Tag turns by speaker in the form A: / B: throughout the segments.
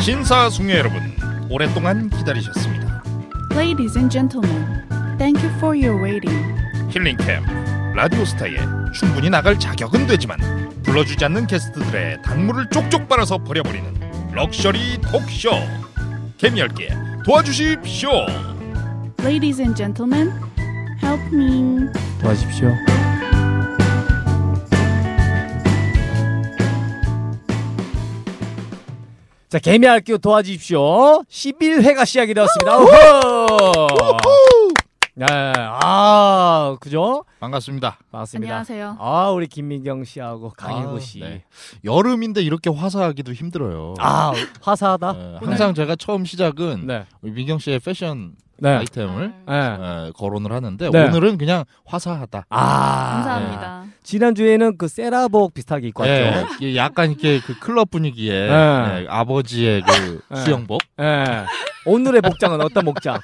A: 신사숙녀 여러분 오랫동안 기다리셨습니다.
B: Ladies and gentlemen, thank you for your waiting.
A: 힐링캠 라디오 스타에 충분히 나갈 자격은 되지만 불러주지 않는 게스트들의 단물을 쪽쪽 빨아서 버려버리는 럭셔리 톡쇼 개미열게 도와주십시오.
B: Ladies and gentlemen, help me.
C: 도와십시오. 자, 개미할게요. 도와주십시오. 11회가 시작이 되었습니다. 우후! 네, 아, 그죠?
A: 반갑습니다.
C: 맞습니다.
B: 안녕하세요.
C: 아, 우리 김민경 씨하고 강혜구
A: 아,
C: 씨.
A: 네. 여름인데 이렇게 화사하기도 힘들어요.
C: 아, 화사하다.
A: 어, 항상 제가 처음 시작은
C: 네.
A: 우리 민경 씨의 패션
C: 네.
A: 아이템을
C: 네.
A: 어, 거론을 하는데
C: 네.
A: 오늘은 그냥 화사하다. 네.
C: 아.
B: 감사합니다.
C: 지난주에는 그 세라복 비슷하게 입고 왔죠.
A: 예, 이게 약간 이렇게 그 클럽 분위기에
C: 네.
A: 예, 아버지의 그
C: 네.
A: 수영복.
C: 예. 오늘의 복장은 어떤 복장?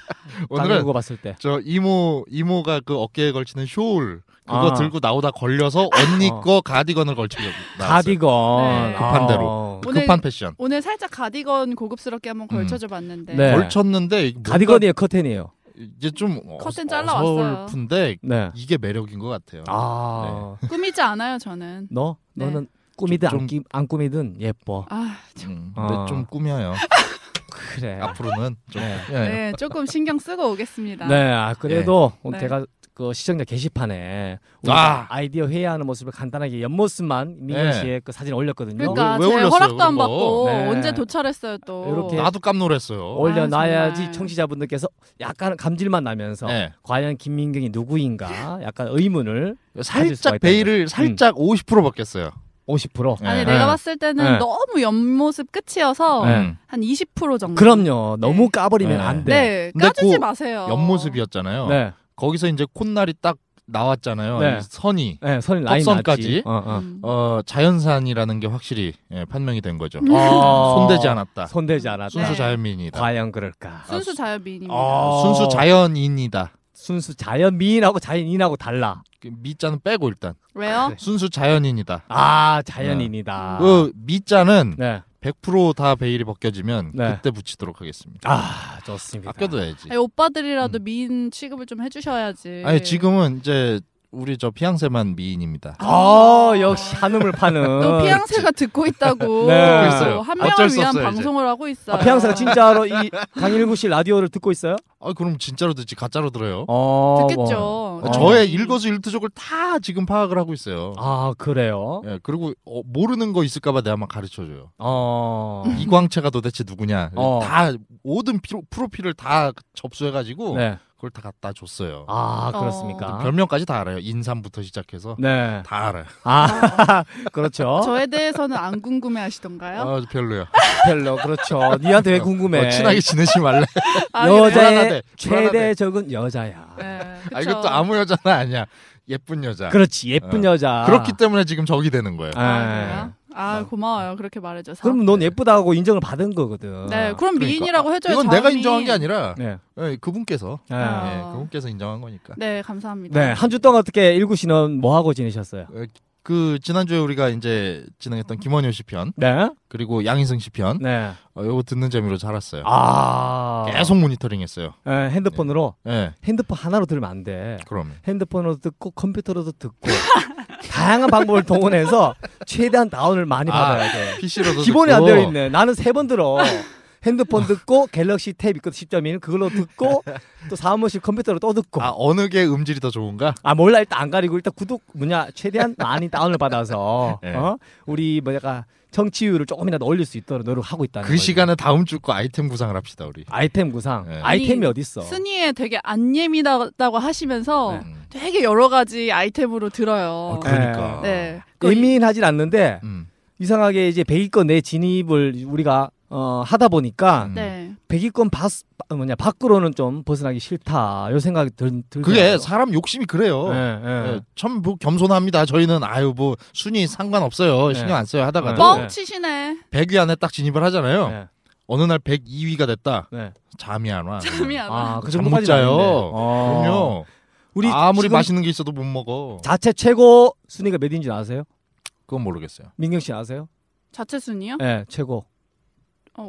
C: 오늘은
A: 오늘은
C: 거 봤을 때.
A: 저 이모 이모가 그 어깨에 걸치는 쇼울 그거
C: 아.
A: 들고 나오다 걸려서 언니
C: 어.
A: 거 가디건을 걸치려고 나왔어요. 그
C: 가디건.
D: 네.
A: 급한 대로.
C: 아.
D: 오늘-
A: 급한 패션.
D: 오늘 살짝 가디건 고급스럽게 한번
A: 음.
D: 걸쳐줘 봤는데
C: 네.
A: 걸쳤는데 이게 뭔가
C: 가디건이에요, 커튼이에요.
A: 이제 좀 어-
D: 커튼 잘라왔어요.
A: 어설픈데
C: 네.
A: 이게 매력인 것 같아요.
C: 아.
D: 꾸미지 않아요 저는.
C: 너
D: 네.
C: 너는 꾸미든
A: 좀-
C: 안, 끼, 안 꾸미든 예뻐.
D: 아,
A: 음, 근데
C: 아.
A: 좀 꾸며요.
C: 그래.
A: 앞으로는 좀
C: 네.
A: 꾸며요.
D: 네, 조금 신경 쓰고 오겠습니다.
C: 네. 아, 그래도 오늘
D: 네.
C: 제가 그 시청자 게시판에 우리
A: 아!
C: 아이디어 회의하는 모습을 간단하게 옆모습만 민경
A: 네.
C: 씨의 그 사진 올렸거든요.
D: 그러니까
A: 왜- 왜
D: 제
A: 올렸어요,
D: 허락도 안
A: 그런 거?
D: 받고
C: 네.
D: 언제 도착했어요 또.
C: 이렇게
A: 나도 깜놀했어요.
C: 올려놔야지
D: 아, 정말.
C: 청취자분들께서 약간 감질만 나면서
A: 네.
C: 과연 김민경이 누구인가 약간 의문을 가질 수가
A: 살짝
C: 있다는 음.
A: 베일을 살짝 50% 바뀌었어요.
C: 50%
D: 아니
A: 네.
D: 내가 봤을 때는
C: 네.
D: 너무 옆모습 끝이어서
C: 네.
A: 음.
D: 한 20% 정도.
C: 그럼요 너무 까버리면
A: 네.
C: 안돼
D: 네,
A: 근데
D: 까주지
A: 그
D: 마세요.
A: 옆모습이었잖아요.
C: 네.
A: 거기서 이제 콧날이 딱 나왔잖아요.
C: 네.
A: 이 선이
C: 네, 선이 라인
A: 턱선까지?
C: 맞지 어, 어.
D: 음.
A: 어, 자연산이라는 게 확실히 예, 판명이 된 거죠.
C: 아.
A: 손대지 않았다.
C: 손대지 않았다
A: 순수
D: 네. 아.
A: 자연민이다.
C: 과연 그럴까
D: 순수 자연미인입니다.
C: 어.
A: 순수 자연인이다.
C: 순수 자연 미인하고 자연인하고 달라.
A: 그 미자는 빼고 일단
D: 왜요?
A: 순수 자연인이다.
C: 아 자연인이다.
A: 그 미자는
C: 네.
A: 100%다 베일이 벗겨지면
C: 네.
A: 그때 붙이도록 하겠습니다.
C: 아 좋습니다.
A: 아껴둬야지.
D: 아니, 오빠들이라도 미인 취급을 좀 해주셔야지.
A: 네. 음. 아니 지금은 이제 우리 저 피앙세만 미인입니다.
C: 아 역시 한음을 파는.
D: 또 피앙새가 듣고 있다고
C: 네.
A: 아, 그랬어요.
D: 한
A: 어쩔
D: 명을
A: 수
D: 위한
A: 없어요, 이제.
D: 방송을 하고 있어요.
C: 아, 피앙새가 진짜로 이 강일구 씨 라디오를 듣고 있어요?
A: 아 그럼 진짜로 듣지 가짜로 들어요?
C: 어.
D: 듣겠죠.
C: 뭐.
A: 아,
C: 어.
A: 저의 일거수일투족을 다 지금 파악을 하고 있어요.
C: 아 그래요.
A: 예, 그리고 어, 모르는 거 있을까봐 내가 막 가르쳐줘요.
C: 어.
D: 음.
A: 이광채가 도대체 누구냐?
C: 어.
A: 다 모든 피로- 프로필을 다 접수해가지고
C: 네.
A: 그걸 다 갖다 줬어요.
C: 아 그렇습니까.
A: 별명까지 다 알아요. 인삼부터 시작해서
C: 네.
A: 다 알아요.
C: 아 그렇죠.
D: 어? 저에 대해서는 안 궁금해 하시던가요?
A: 아, 별로야.
C: 별로 그렇죠. 니한테 왜
D: 네.
C: 궁금해?
A: 어, 친하게 지내지 말래. 아, 불안하대,
C: 여자의
A: 불안하대.
C: 최대 적은 여자야.
D: 아, 네,
A: 아,
D: 그쵸.
A: 이것도 아무 여자는 아니야. 예쁜 여자.
C: 그렇지 예쁜
A: 어.
C: 여자. 네.
A: 그렇기 때문에 지금 적이 되는 거예요.
D: 아, 그래요? 아,
A: 어.
D: 고마워요. 그렇게 말해줘서.
C: 그럼 넌 예쁘다고 인정을 받은 거거든.
D: 네, 그럼 미인이라고 해줘요.
A: 아, 그러니까. 이건 내가
D: 자음이.
A: 인정한 게 아니라
C: 네.
A: 예, 그분께서
C: 네.
D: 아.
A: 예, 그분께서 인정한 거니까.
D: 네, 감사합니다.
C: 네, 한 주 동안 어떻게 일구 씨는 뭐 하고 지내셨어요?
A: 그 지난주에 우리가 이제 진행했던 김원효 씨편
C: 네.
A: 그리고 양인승 씨편
C: 네.
A: 어, 요거 듣는 재미로 잘았어요.
C: 아.
A: 계속 모니터링했어요.
C: 네, 핸드폰으로
A: 예,
C: 핸드폰 하나로 들으면 안 돼.
A: 그럼.
C: 핸드폰으로 듣고 컴퓨터로도 듣고 다양한 방법을 동원해서 최대한 다운을 많이
A: 아,
C: 받아야 돼.
A: PC로도
C: 기본이 안 되어 있네. 나는 세 번 들어. 핸드폰 듣고 갤럭시 탭 있거든 10.1 그걸로 듣고 또 사무실 컴퓨터로 또 듣고
A: 아 어느 게 음질이 더 좋은가?
C: 아 몰라 일단 안 가리고 일단 구독 뭐냐 최대한 많이 다운을 받아서
A: 네.
C: 어? 우리 뭐랄까 청취율을 조금이라도 올릴 수 있도록 노력하고 있다는
A: 그
C: 거죠.
A: 시간에 다음 주 거 아이템 구상을 합시다 우리.
C: 아이템 구상
A: 네.
D: 아니,
C: 아이템이 어디 있어?
D: 스니에 되게 안 예민하다고
C: 어.
D: 하시면서
A: 음.
D: 되게 여러 가지 아이템으로 들어요.
A: 어, 그러니까.
D: 네. 그
C: 예민하진 않는데
A: 음.
C: 이상하게 이제 100위권 내 진입을 우리가 어, 하다 보니까
A: 음.
D: 네.
C: 100위권 바, 바- 뭐냐 밖으로는 좀 벗어나기 싫다 요 생각이 들, 들더라고요.
A: 그게 사람 욕심이 그래요.
C: 예, 예.
A: 예, 참 뭐, 겸손합니다. 저희는 아유 뭐 순위 상관없어요.
C: 네.
A: 신경 안 써요 하다가도
C: 네.
D: 뻥 치시네.
A: 100위 안에 딱 진입을 하잖아요.
C: 예,
A: 어느 날 102위가 됐다.
C: 예.
A: 잠이 안 와.
D: 잠이 안 와.
C: 아, 그
A: 잠
C: 정도까지
A: 네. 못 자요.
C: 아,
A: 그럼요.
C: 우리
A: 어. 아무리
C: 지금
A: 맛있는 게 있어도 못 먹어.
C: 자체 최고 순위가 몇인지 아세요?
A: 그건 모르겠어요.
C: 민경 씨 아세요?
A: 네,
D: 자체 순위요?
C: 예, 최고.
D: 어,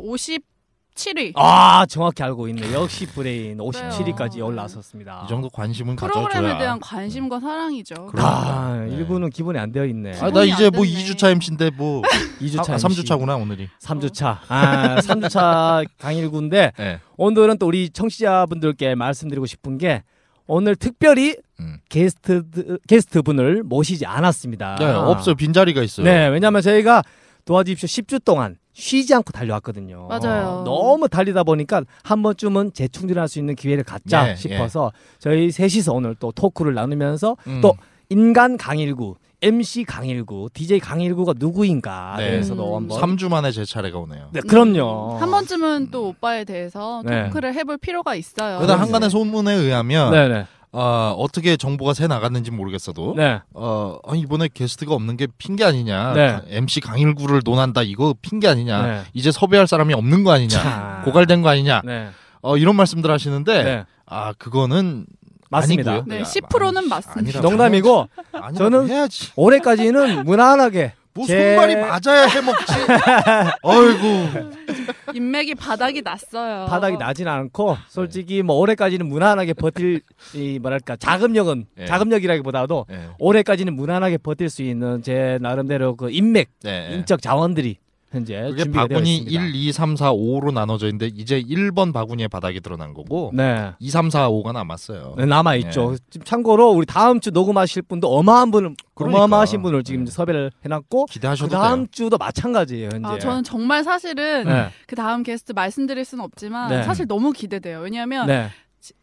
D: 57위.
C: 아 정확히 알고 있네. 역시 브레인 57위까지
D: 네.
C: 올라섰습니다.
A: 이 정도 관심은
D: 프로그램에
A: 가져줘야.
D: 대한
C: 음.
D: 관심과 사랑이죠.
A: 그럼-
C: 아
A: 네.
C: 일부는 기본이 안 되어 있네.
A: 아, 나
D: 기분이
A: 이제
D: 안
A: 뭐
D: 됐네.
A: 2주차 MC인데 뭐
C: 2주차,
A: 3주차구나 오늘이.
C: 3주차. 아 3주차 강일구인데
A: 네.
C: 오늘은 또 우리 청취자분들께 말씀드리고 싶은 게 오늘 특별히
A: 음.
C: 게스트 게스트 분을 모시지 않았습니다.
A: 네, 없어요. 빈자리가 있어요.
C: 네, 왜냐하면 저희가 도와주십시오 10주 동안 쉬지 않고 달려왔거든요. 어,
D: 맞아요.
C: 너무 달리다 보니까 한 번쯤은 재충전할 수 있는 기회를 갖자
A: 예,
C: 싶어서 저희 셋이서 오늘 또 토크를 나누면서
A: 음.
C: 또 인간 강일구, MC 강일구, DJ 강일구가 누구인가에
A: 네.
C: 대해서도
D: 음.
C: 한번.
A: 3주 만에 제 차례가 오네요.
C: 네, 그럼요.
D: 한 번쯤은 또 오빠에 대해서
C: 네.
D: 토크를 해볼 필요가 있어요.
A: 그러다 한간의 소문에 의하면
C: 네네.
A: 어, 어떻게 정보가 새 나갔는지 모르겠어도
C: 네.
A: 어, 아니, 이번에 게스트가 없는 게 핑계 아니냐
C: 네.
A: 가- MC 강일구를 논한다 이거 핑계 아니냐
C: 네.
A: 이제 섭외할 사람이 없는 거 아니냐
C: 자.
A: 고갈된 거 아니냐
C: 네.
A: 어, 이런 말씀들 하시는데
C: 네.
A: 아 그거는
C: 맞습니다.
A: 아니고요.
D: 네, 10% 는
A: 아니,
D: 맞습니다.
A: 아니라고.
C: 농담이고
A: 아니라고
C: 저는-
A: 해야지
C: 올해까지는 무난하게
A: 뭐
C: 제-
A: 손발이 맞아야 해먹지 어이구
D: 인맥이 바닥이 났어요.
C: 바닥이 나진 않고
A: 네.
C: 솔직히 뭐 올해까지는 무난하게 버틸 이 뭐랄까 자금력은
A: 예.
C: 자금력이라기보다도
A: 네,
C: 올해까지는 무난하게 버틸 수 있는 제 나름대로 그 인맥
A: 네.
C: 인적 자원들이 현재
A: 그게
C: 준비가
A: 바구니
C: 되어 있습니다.
A: 1, 2, 3, 4, 5로 나눠져 있는데 이제 1번 바구니에 바닥이 드러난 거고
C: 네.
A: 2, 3, 4, 5가 남았어요.
C: 네, 남아 있죠. 지금 참고로 우리 다음 주 녹음하실 분도 어마한 분을
A: 그러니까.
C: 어마어마하신 분을 지금
A: 네.
C: 섭외를 해놨고 그
A: 기대하셔도 돼요.
C: 다음 주도 마찬가지예요. 현재.
D: 아, 저는 정말 사실은
C: 네.
D: 그 다음 게스트 말씀드릴 수는 없지만
C: 네.
D: 사실 너무 기대돼요. 왜냐하면
C: 네.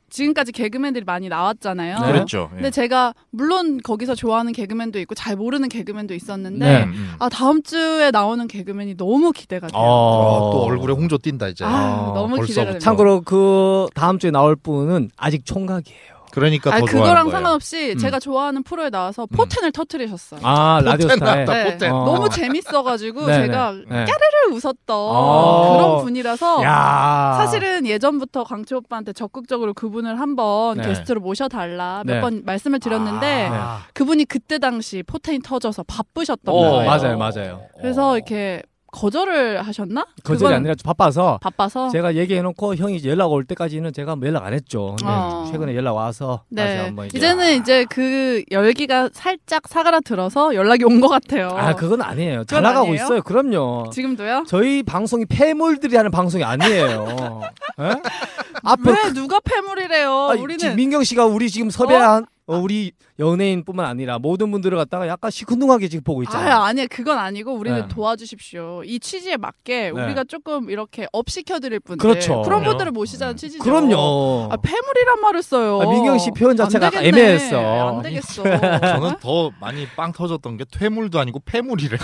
D: 지금까지 개그맨들이 많이 나왔잖아요.
C: 네.
A: 그랬죠. 예.
D: 근데 제가 물론 거기서 좋아하는 개그맨도 있고 잘 모르는 개그맨도 있었는데
C: 네.
A: 음, 음.
D: 아 다음 주에 나오는 개그맨이 너무 기대가 돼요.
A: 어,
C: 어,
A: 또 얼굴에 홍조 뛴다 이제.
D: 아, 너무
A: 벌써부터.
D: 기대가 됩니다.
C: 참고로 그 다음 주에 나올 분은 아직 총각이에요.
A: 그러니까 더
D: 아니,
A: 좋아하는
D: 그거랑
A: 거예요.
D: 상관없이
C: 음.
D: 제가 좋아하는 프로에 나와서 포텐을 터트리셨어요. 네.
C: 아 라디오스타에
A: 나왔다, 포텐.
C: 어.
D: 너무 재밌어가지고
C: 네,
D: 제가
C: 네.
D: 깨르르 웃었던
C: 아.
D: 그런 분이라서
C: 야.
D: 사실은 예전부터 강치 오빠한테 적극적으로 그분을 한번
A: 네.
D: 게스트로 모셔달라
C: 네.
D: 몇 번 말씀을 드렸는데
C: 아,
D: 그분이 그때 당시 포텐이 터져서 바쁘셨던
A: 어,
D: 거예요.
C: 맞아요, 맞아요.
D: 그래서 이렇게 거절을 하셨나?
C: 거절이
D: 그건 어.
C: 아니라 좀 바빠서
D: 바빠서
C: 제가 얘기해놓고 형이 이제 연락 올 때까지는 제가 뭐 연락 안 했죠. 근데
D: 어.
C: 최근에 연락 와서 다시
D: 네
C: 한번 이제 아.
D: 이제는 이제 그 열기가 살짝 사그라들어서 연락이 온 것 같아요.
C: 아 그건 아니에요. 잘
D: 어. 그건
C: 나가고
D: 아니에요?
C: 있어요. 그럼요.
D: 지금도요?
C: 저희 방송이 폐물들이 하는 방송이 아니에요. 예? 앞으로
D: 왜 누가 패물이래요?
C: 그 아, 지금
D: 우리는
C: 민경 씨가 우리 지금 섭외한 어, 우리 연예인뿐만 아니라 모든 분들을 갖다가 약간 시큰둥하게 지금 보고 있잖아요.
D: 아 아니 그건 아니고 우리는
C: 네.
D: 도와주십시오. 이 취지에 맞게
C: 네.
D: 우리가 조금 이렇게 업 시켜드릴 분들
C: 그렇죠.
D: 그런 분들을 모시자는 취지죠.
C: 그럼요.
D: 아 패물이란 말을 써요.
C: 아, 민경 씨 표현 자체가
D: 안 되겠네.
C: 애매했어.
D: 안 되겠어.
A: 저는 더 많이 빵 터졌던 게 퇴물도 아니고 폐물이래.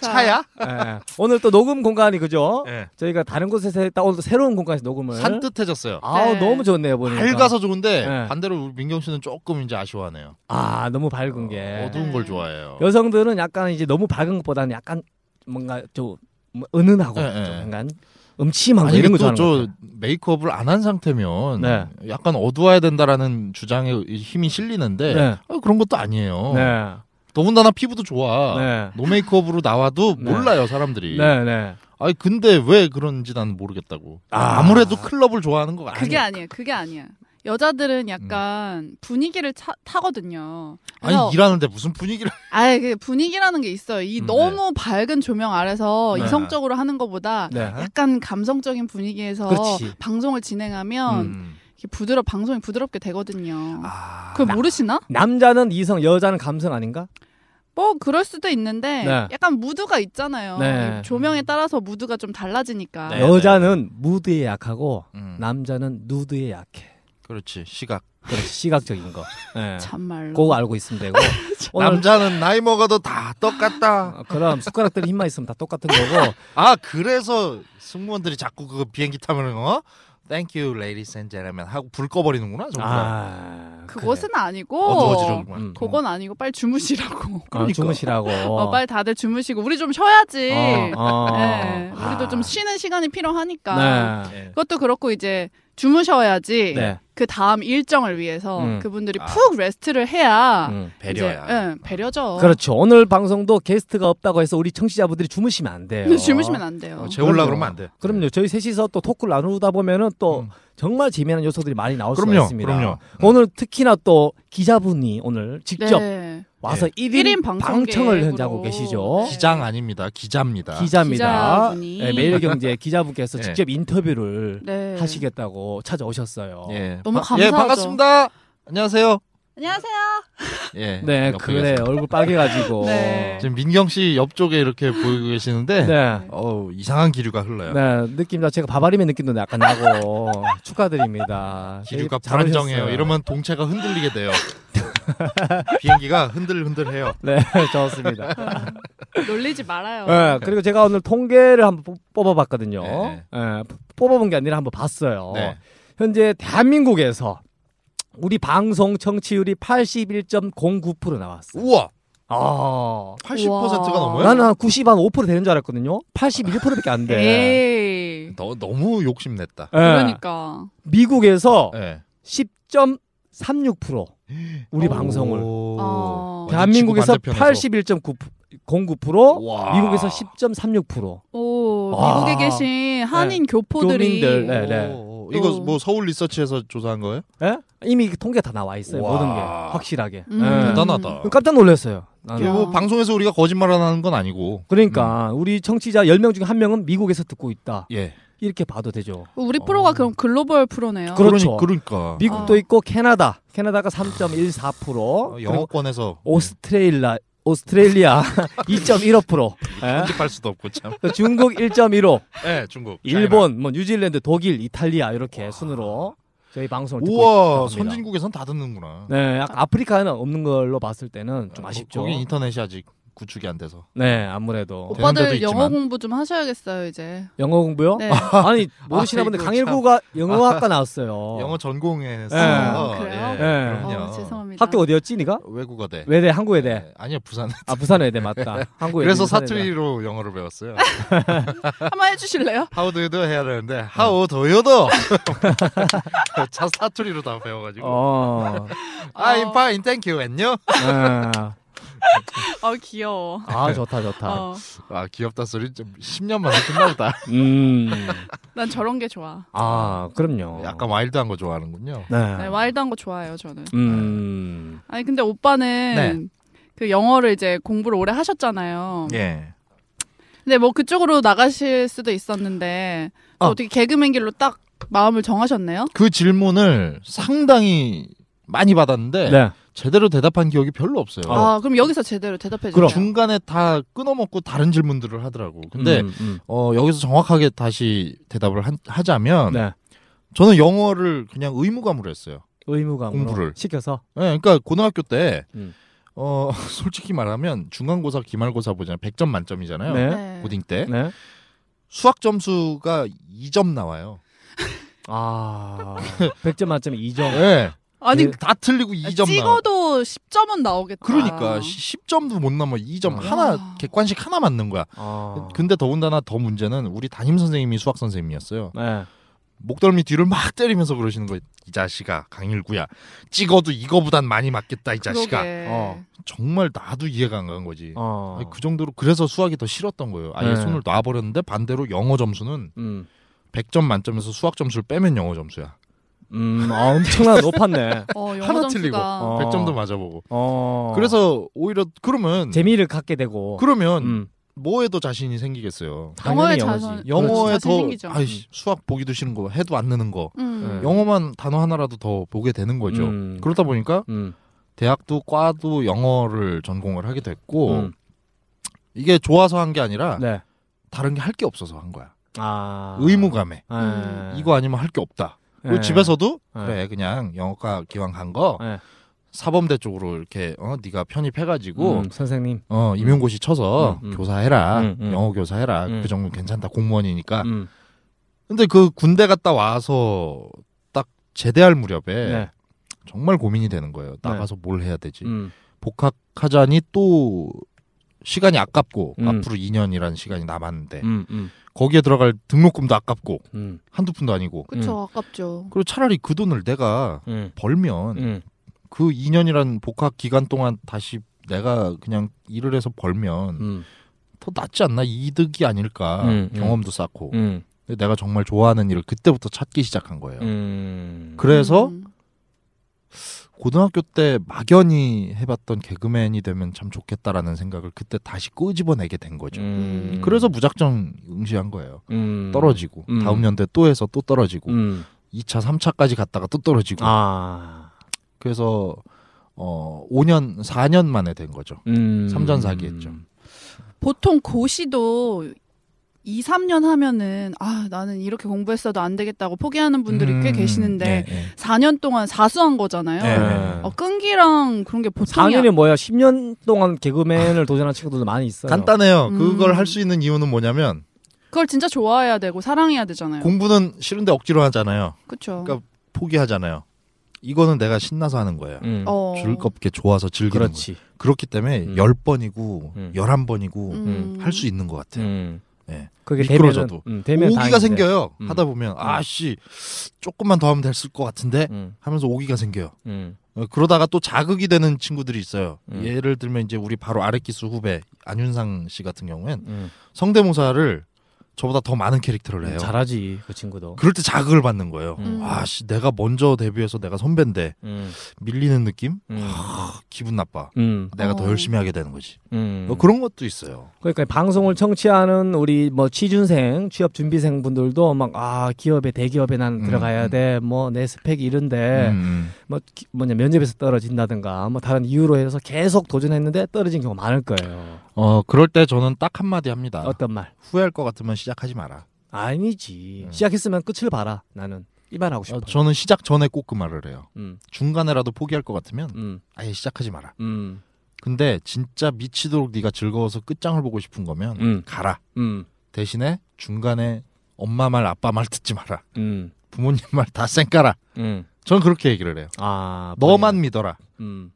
D: 자,
C: 예. 오늘 또 녹음 공간이 그죠?
A: 예.
C: 저희가 다른 곳에서 했다 오늘 또 새로운 공간에서 녹음을
A: 산뜻해졌어요.
C: 아우
D: 네.
C: 너무 좋네요 보니까
A: 밝아서 좋은데
C: 그러니까. 네.
A: 반대로 우리 민경 씨는 조금 이제 아쉬워하네요.
C: 아 너무 밝은 게
A: 어두운 걸
D: 네.
A: 좋아해요.
C: 여성들은 약간 이제 너무 밝은 것보다는 약간 뭔가 좀 은은하고
A: 네, 네.
C: 좀 약간 음침한 거
A: 아니
C: 이런 거
A: 또
C: 좋아하는
A: 저
C: 거
A: 메이크업을 안 한 상태면
C: 네.
A: 약간 어두워야 된다라는 주장에 힘이 실리는데
C: 네.
A: 어, 그런 것도 아니에요.
C: 네.
A: 더군다나 피부도 좋아.
C: 네.
A: 노 메이크업으로 나와도
C: 네.
A: 몰라요 사람들이.
C: 네, 네.
A: 아니 근데 왜 그런지 난 모르겠다고.
C: 아.
A: 아... 무래도 클럽을 좋아하는 거
D: 그게
A: 아니야.
D: 아니에요. 그게 아니야. 여자들은 약간
C: 음.
D: 분위기를 차- 타거든요.
A: 아니
D: 그래서
A: 일하는데 무슨 분위기를?
D: 아예 그 분위기라는 게 있어요. 이
A: 음,
D: 너무 밝은 조명 아래서
A: 네.
D: 이성적으로 하는 것보다
A: 아,
C: 네.
D: 약간 감성적인 분위기에서
C: 그렇지.
D: 방송을 진행하면
A: 음.
D: 이렇게 부드러 방송이 부드럽게 되거든요.
A: 아.
D: 그걸 모르시나?
C: 남자는 이성, 여자는 감성 아닌가?
D: 뭐 그럴 수도 있는데
C: 네.
D: 약간 무드가 있잖아요.
C: 네.
D: 조명에 따라서 무드가 좀 달라지니까.
A: 네,
C: 여자는 무드에 약하고
A: 음.
C: 남자는 누드에 약해.
A: 그렇지 시각.
C: 그렇지 시각적인 거. 네.
D: 참말로.
C: 그거 알고 있으면 되고 오늘
A: 남자는 나이 먹어도 다 똑같다.
C: 아, 그럼 숟가락들 힘만 있으면 다 똑같은 거고
A: 아 그래서 승무원들이 자꾸 그거 비행기 타면 어? Thank you, ladies and gentlemen 하고 불 꺼버리는구나 정말.
C: 아
D: 그것은 아니고.
A: 어두워지려고.
C: 음.
D: 그건 아니고 빨리 주무시라고.
C: 그래. 어, 주무시라고
D: 어, 빨리 다들 주무시고 우리 좀 쉬어야지.
C: 어, 어.
D: 네, 우리도
C: 아.
D: 좀 쉬는 시간이 필요하니까.
C: 네.
A: 예.
D: 그것도 그렇고 이제 주무셔야지
C: 네.
D: 그 다음 일정을 위해서
C: 음.
D: 그분들이
A: 아.
D: 푹 레스트를 해야
C: 음.
A: 배려야.
D: 이제, 예, 배려죠.
C: 그렇죠. 오늘 방송도 게스트가 없다고 해서 우리 청취자분들이 주무시면 안 돼요.
D: 주무시면 안 돼요.
A: 어, 재울라
C: 그럼요.
A: 그러면 안 돼.
C: 그럼요. 저희 셋이서 또 토크를 나누다 보면은 또
A: 음.
C: 정말 재미난 요소들이 많이 나올 수가
A: 그럼요.
C: 있습니다. 음.
A: 그럼요.
C: 오늘 특히나 또 기자분이 오늘 직접
D: 네.
C: 와서
D: 일인
C: 1인 방청을
D: 방청객으로.
C: 현장하고 계시죠.
D: 네.
A: 기장 아닙니다. 기자입니다.
C: 기자입니다.
D: 기자분이.
C: 네, 매일경제 기자분께서
A: 예.
C: 직접 인터뷰를
D: 네.
C: 하시겠다고 찾아오셨어요.
A: 예.
D: 너무
A: 바- 예,
D: 감사하죠.
A: 반갑습니다. 안녕하세요.
D: 안녕하세요.
A: 예.
C: 네,
A: 옆에
C: 그래
A: 계세요.
C: 얼굴 빨개가지고.
D: 네.
A: 지금 민경 씨 옆쪽에 이렇게 보이고 계시는데
C: 네.
A: 어우, 이상한 기류가 흘러요.
C: 네, 느낌 자체가 바바리맨 느낌도 약간 나고 축하드립니다.
A: 기류가
C: 잘 오셨어요.
A: 불안정해요. 이러면 동체가 흔들리게 돼요. 비행기가 흔들흔들해요.
C: 네, 좋습니다.
D: 놀리지 말아요.
C: 네, 그리고 제가 오늘 통계를 한번 뽑- 뽑아봤거든요.
A: 네,
C: 예, 뽑아본 게 아니라 한번 봤어요.
A: 네.
C: 현재 대한민국에서 우리 방송 청취율이 81.09% 나왔어요.
A: 우와,
C: 아,
A: 80%가
D: 우와.
A: 넘어요?
C: 나는 한 90, 한 5% 되는 줄 알았거든요. 81%밖에 안
A: 예.
C: 돼. 네,
D: 에이.
A: 너, 너무 욕심냈다.
C: 예,
D: 그러니까.
C: 미국에서
A: 예.
C: 10.36% 우리
A: 오.
C: 방송을
D: 어.
A: 완전
C: 대한민국에서
A: 지구 반대편에서.
C: 81.09%
A: 와.
C: 어? 미국에서 10.36%
D: 오,
C: 와. 네.
D: 미국에 계신 한인 교포들이
C: 교민들, 네.
A: 오, 이거 뭐 서울 리서치에서 조사한 거예요?
C: 예? 이미 통계 다 나와 있어요.
A: 와.
C: 모든 게 확실하게.
D: 음.
C: 예.
A: 대단하다.
C: 깜짝 놀랐어요. 나는.
A: 그리고 뭐 방송에서 우리가 거짓말을 하는 건 아니고.
C: 그러니까
A: 음.
C: 우리 청취자 10명 중에 한 명은 미국에서 듣고 있다.
A: 예.
C: 이렇게 봐도 되죠.
D: 우리 프로가
A: 어.
D: 그럼 글로벌 프로네요.
C: 그럼- 그렇죠.
A: 그러니까.
C: 미국도
D: 아.
C: 있고 캐나다. 캐나다가 3.14%.
A: 어,
C: 그리고
A: 영어권에서
C: 오스트레일라 오스트레일리아 2.15%. 예?
A: 편집할 수도 없고 참.
C: 또 중국 1.15,
A: 예, 중국.
C: 일본, 뭐 뉴질랜드, 독일, 이탈리아 이렇게 순으로 저희 방송을 듣고
A: 우와,
C: 있습니다.
A: 선진국에선 다 듣는구나.
C: 네, 약- 아프리카는 없는 걸로 봤을 때는 좀 아쉽죠.
A: 거기 인터넷이 아직 구축이 안 돼서.
C: 네, 아무래도
A: 되는 데도
D: 오빠들 영어
A: 있지만.
D: 공부 좀 하셔야겠어요, 이제.
C: 영어 공부요?
D: 네.
C: 아니 모르시나
A: 아,
C: 본데
A: 이거
C: 강일구가 영어학과 나왔어요.
A: 영어 전공에 서
C: 아,
D: 그래요?
A: 예,
C: 예.
A: 그럼요.
D: 어, 죄송합니다.
C: 학교 어디였지, 네가?
A: 외국어대.
C: 외대, 한국 외대.
A: 예, 아니요, 부산.
C: 아 부산 외대 맞다. 한국 외대.
A: 네. 그래서
C: 부산 외대.
A: 사투리로 영어를 배웠어요.
D: 한번 해주실래요?
A: How do you do 해야 되는데
C: 네.
A: How do you do? 자 사투리로 다 배워가지고.
C: 어.
A: I'm fine, thank you, and you?
C: 아,
D: 어, 귀여워.
C: 아 좋다 좋다.
D: 어,
A: 아 귀엽다 소리 좀 10년 만에 끝나보다.
C: 음.
D: 난 저런 게 좋아.
C: 아 그럼요.
A: 약간 와일드한 거 좋아하는군요.
C: 네.
D: 네, 와일드한 거 좋아해요, 저는.
C: 음.
D: 아니, 근데 오빠는 그 영어를 이제 공부를 오래 하셨잖아요.
A: 예.
D: 근데 뭐 그쪽으로 나가실 수도 있었는데 또
A: 아.
D: 어떻게 개그맨 길로 딱 마음을 정하셨네요?
A: 그 질문을 상당히 많이 받았는데
C: 네.
A: 제대로 대답한 기억이 별로 없어요.
D: 아, 그럼 여기서 제대로 대답해 주세요.
C: 그럼.
A: 중간에 다 끊어먹고 다른 질문들을 하더라고. 근데
C: 음, 음.
A: 어, 여기서 정확하게 다시 대답을 한- 하자면
C: 네.
A: 저는 영어를 그냥 의무감으로 했어요.
C: 의무감
A: 공부를.
C: 시켜서.
A: 예, 그러니까 고등학교 때
C: 음.
A: 어, 솔직히 말하면 중간고사, 기말고사 보잖아요. 100점 만점이잖아요.
C: 네.
D: 네.
A: 고딩 때
C: 네.
A: 수학 점수가 2점 나와요.
C: 아. 100점 만점에 2점.
A: 예.
D: 아니
C: 네.
A: 다 틀리고 2점 나와.
D: 찍어도 10점은 나오겠다.
A: 그러니까
D: 아.
A: 10점도 못 넘어 2점
C: 아.
A: 하나 객관식 하나 맞는 거야.
C: 아.
A: 근데 더군다나 더 문제는 우리 담임 선생님이 수학 선생님이었어요.
C: 네.
A: 목덜미 뒤를 막 때리면서 그러시는 거예요. 이 자식아 강일구야 찍어도 이거보단 많이 맞겠다 이 자식아.
D: 그러게.
C: 어.
A: 정말 나도 이해가 안 간 거지.
C: 어.
A: 아니, 그 정도로 그래서 수학이 더 싫었던 거예요. 아예
C: 네.
A: 손을 놔버렸는데 반대로 영어 점수는
C: 음.
A: 100점 만점에서 수학 점수를 빼면 영어 점수야.
C: 음. 아, 엄청나 높았네.
D: 어, 영어
A: 하나
D: 점수가
A: 틀리고.
C: 어.
A: 100점도 맞아보고.
C: 어.
A: 그래서 오히려 그러면
C: 재미를 갖게 되고.
A: 그러면
C: 음.
A: 뭐에 더 자신이 생기겠어요.
D: 영어에
C: 당연히 영어지. 음.
D: 자선-
A: 영어에
D: 자신 생기죠.
A: 더 아이씨, 수학 보기도 싫은 거 해도 안 느는 거
D: 음.
C: 네.
A: 영어만 단어 하나라도 더 보게 되는 거죠.
C: 음.
A: 그러다 보니까
C: 음.
A: 대학도 과도 영어를 전공을 하게 됐고
C: 음.
A: 이게 좋아서 한 게 아니라
C: 네.
A: 다른 게 할 게 없어서 한 거야.
C: 아.
A: 의무감에
C: 예.
A: 음. 이거 아니면 할 게 없다.
C: 예.
A: 그리고 집에서도
C: 예.
A: 그래 그냥 영어과 기왕 간 거
C: 예.
A: 사범대 쪽으로 이렇게 어 네가 편입해가지고
C: 음, 선생님.
A: 어 임용고시 쳐서
C: 음, 음.
A: 교사해라
C: 음, 음.
A: 영어 교사해라
C: 음.
A: 그 정도 괜찮다 공무원이니까
C: 음.
A: 근데 그 군대 갔다 와서 딱 제대할 무렵에
C: 네.
A: 네. 정말 고민이 되는 거예요. 나가서 뭘 해야 되지?
C: 음.
A: 복학하자니 또 시간이 아깝고
C: 음.
A: 앞으로 2년이라는 시간이 남았는데
C: 음, 음,
A: 거기에 들어갈 등록금도 아깝고
C: 음,
A: 한두 푼도 아니고
D: 그쵸 아깝죠.
A: 그리고 차라리 그 돈을 내가
C: 음,
A: 벌면
C: 음.
A: 그 2년이란 복학 기간 동안 다시 내가 그냥 일을 해서 벌면
C: 음,
A: 더 낫지 않나 이득이 아닐까
C: 음, 음.
A: 경험도 쌓고
C: 음,
A: 근데 내가 정말 좋아하는 일을 그때부터 찾기 시작한 거예요.
C: 음.
A: 그래서
D: 음.
A: 고등학교 때 막연히 해봤던 개그맨이 되면 참 좋겠다라는 생각을 그때 다시 끄집어내게 된 거죠.
C: 음.
A: 그래서 무작정 응시한 거예요.
C: 음.
A: 떨어지고
C: 음.
A: 다음 연대 또 해서 또 떨어지고
C: 음.
A: 2차, 3차까지 갔다가 또 떨어지고
C: 아,
A: 그래서 어 5년, 4년 만에 된 거죠.
C: 음.
A: 삼전사기했죠.
D: 보통 고시도 2, 3년 하면은 아 나는 이렇게 공부했어도 안 되겠다고 포기하는 분들이 꽤
A: 음,
D: 계시는데
A: 네, 네.
D: 4년 동안 사수한 거잖아요.
A: 네.
D: 어, 끈기랑 그런 게 보통이
C: 4년이 뭐야? 10년 동안 개그맨을 도전한 친구들도 많이 있어요.
A: 아. 간단해요.
D: 음.
A: 그걸 할 수 있는 이유는 뭐냐면
D: 그걸 진짜 좋아해야 되고 사랑해야 되잖아요.
A: 공부는 싫은데 억지로 하잖아요.
D: 그렇죠.
A: 그러니까 포기하잖아요. 이거는 내가 신나서 하는 거예요.
C: 음.
D: 어.
A: 즐겁게 좋아서 즐기는 거예요.
C: 그렇지.
A: 그렇기 때문에
C: 음.
A: 10번이고
C: 음.
A: 열한 11번이고
D: 음.
A: 할 수 있는 것 같아요.
C: 음.
A: 예.
C: 그게 되면은,
A: 미끄러져도.
C: 음, 되면
A: 오기가
C: 다행인데.
A: 생겨요.
C: 음.
A: 하다 보면 아씨 조금만 더 하면 됐을 것 같은데
C: 음.
A: 하면서 오기가 생겨요.
C: 음.
A: 어, 그러다가 또 자극이 되는 친구들이 있어요.
C: 음.
A: 예를 들면 이제 우리 바로 아랫기수 후배 안윤상 씨 같은 경우엔
C: 음.
A: 성대모사를 저보다 더 많은 캐릭터를 해요.
C: 잘하지 그 친구도.
A: 그럴 때 자극을 받는 거예요.
D: 음.
A: 아씨 내가 먼저 데뷔해서 내가 선배인데
C: 음.
A: 밀리는 느낌?
C: 음.
A: 기분 나빠.
C: 음.
A: 내가 더
D: 어.
A: 열심히 하게 되는 거지.
C: 음.
A: 뭐 그런 것도 있어요.
C: 그러니까 방송을 청취하는 우리 뭐 취준생, 취업 준비생 분들도 막 아 기업에 대기업에 난
A: 음,
C: 들어가야
A: 음.
C: 돼, 뭐 내 스펙이 이런데
A: 음.
C: 뭐 기- 뭐냐 면접에서 떨어진다든가 뭐 다른 이유로 해서 계속 도전했는데 떨어진 경우 많을 거예요.
A: 어 그럴 때 저는 딱 한마디 합니다.
C: 어떤 말?
A: 후회할 것 같으면 시작하지 마라.
C: 아니지.
A: 음.
C: 시작했으면 끝을 봐라. 나는 이 말 하고 싶어.
A: 어, 저는 시작 전에 꼭 그 말을 해요.
C: 음,
A: 중간에라도 포기할 것 같으면
C: 음,
A: 아예 시작하지 마라.
C: 음,
A: 근데 진짜 미치도록 네가 즐거워서 끝장을 보고 싶은 거면
C: 음.
A: 가라.
C: 음,
A: 대신에 중간에 엄마 말 아빠 말 듣지 마라.
C: 음,
A: 부모님 말 다 쌩까라.
C: 음.
A: 저는 그렇게 얘기를 해요.
C: 아
A: 너만 믿어라.
C: 음,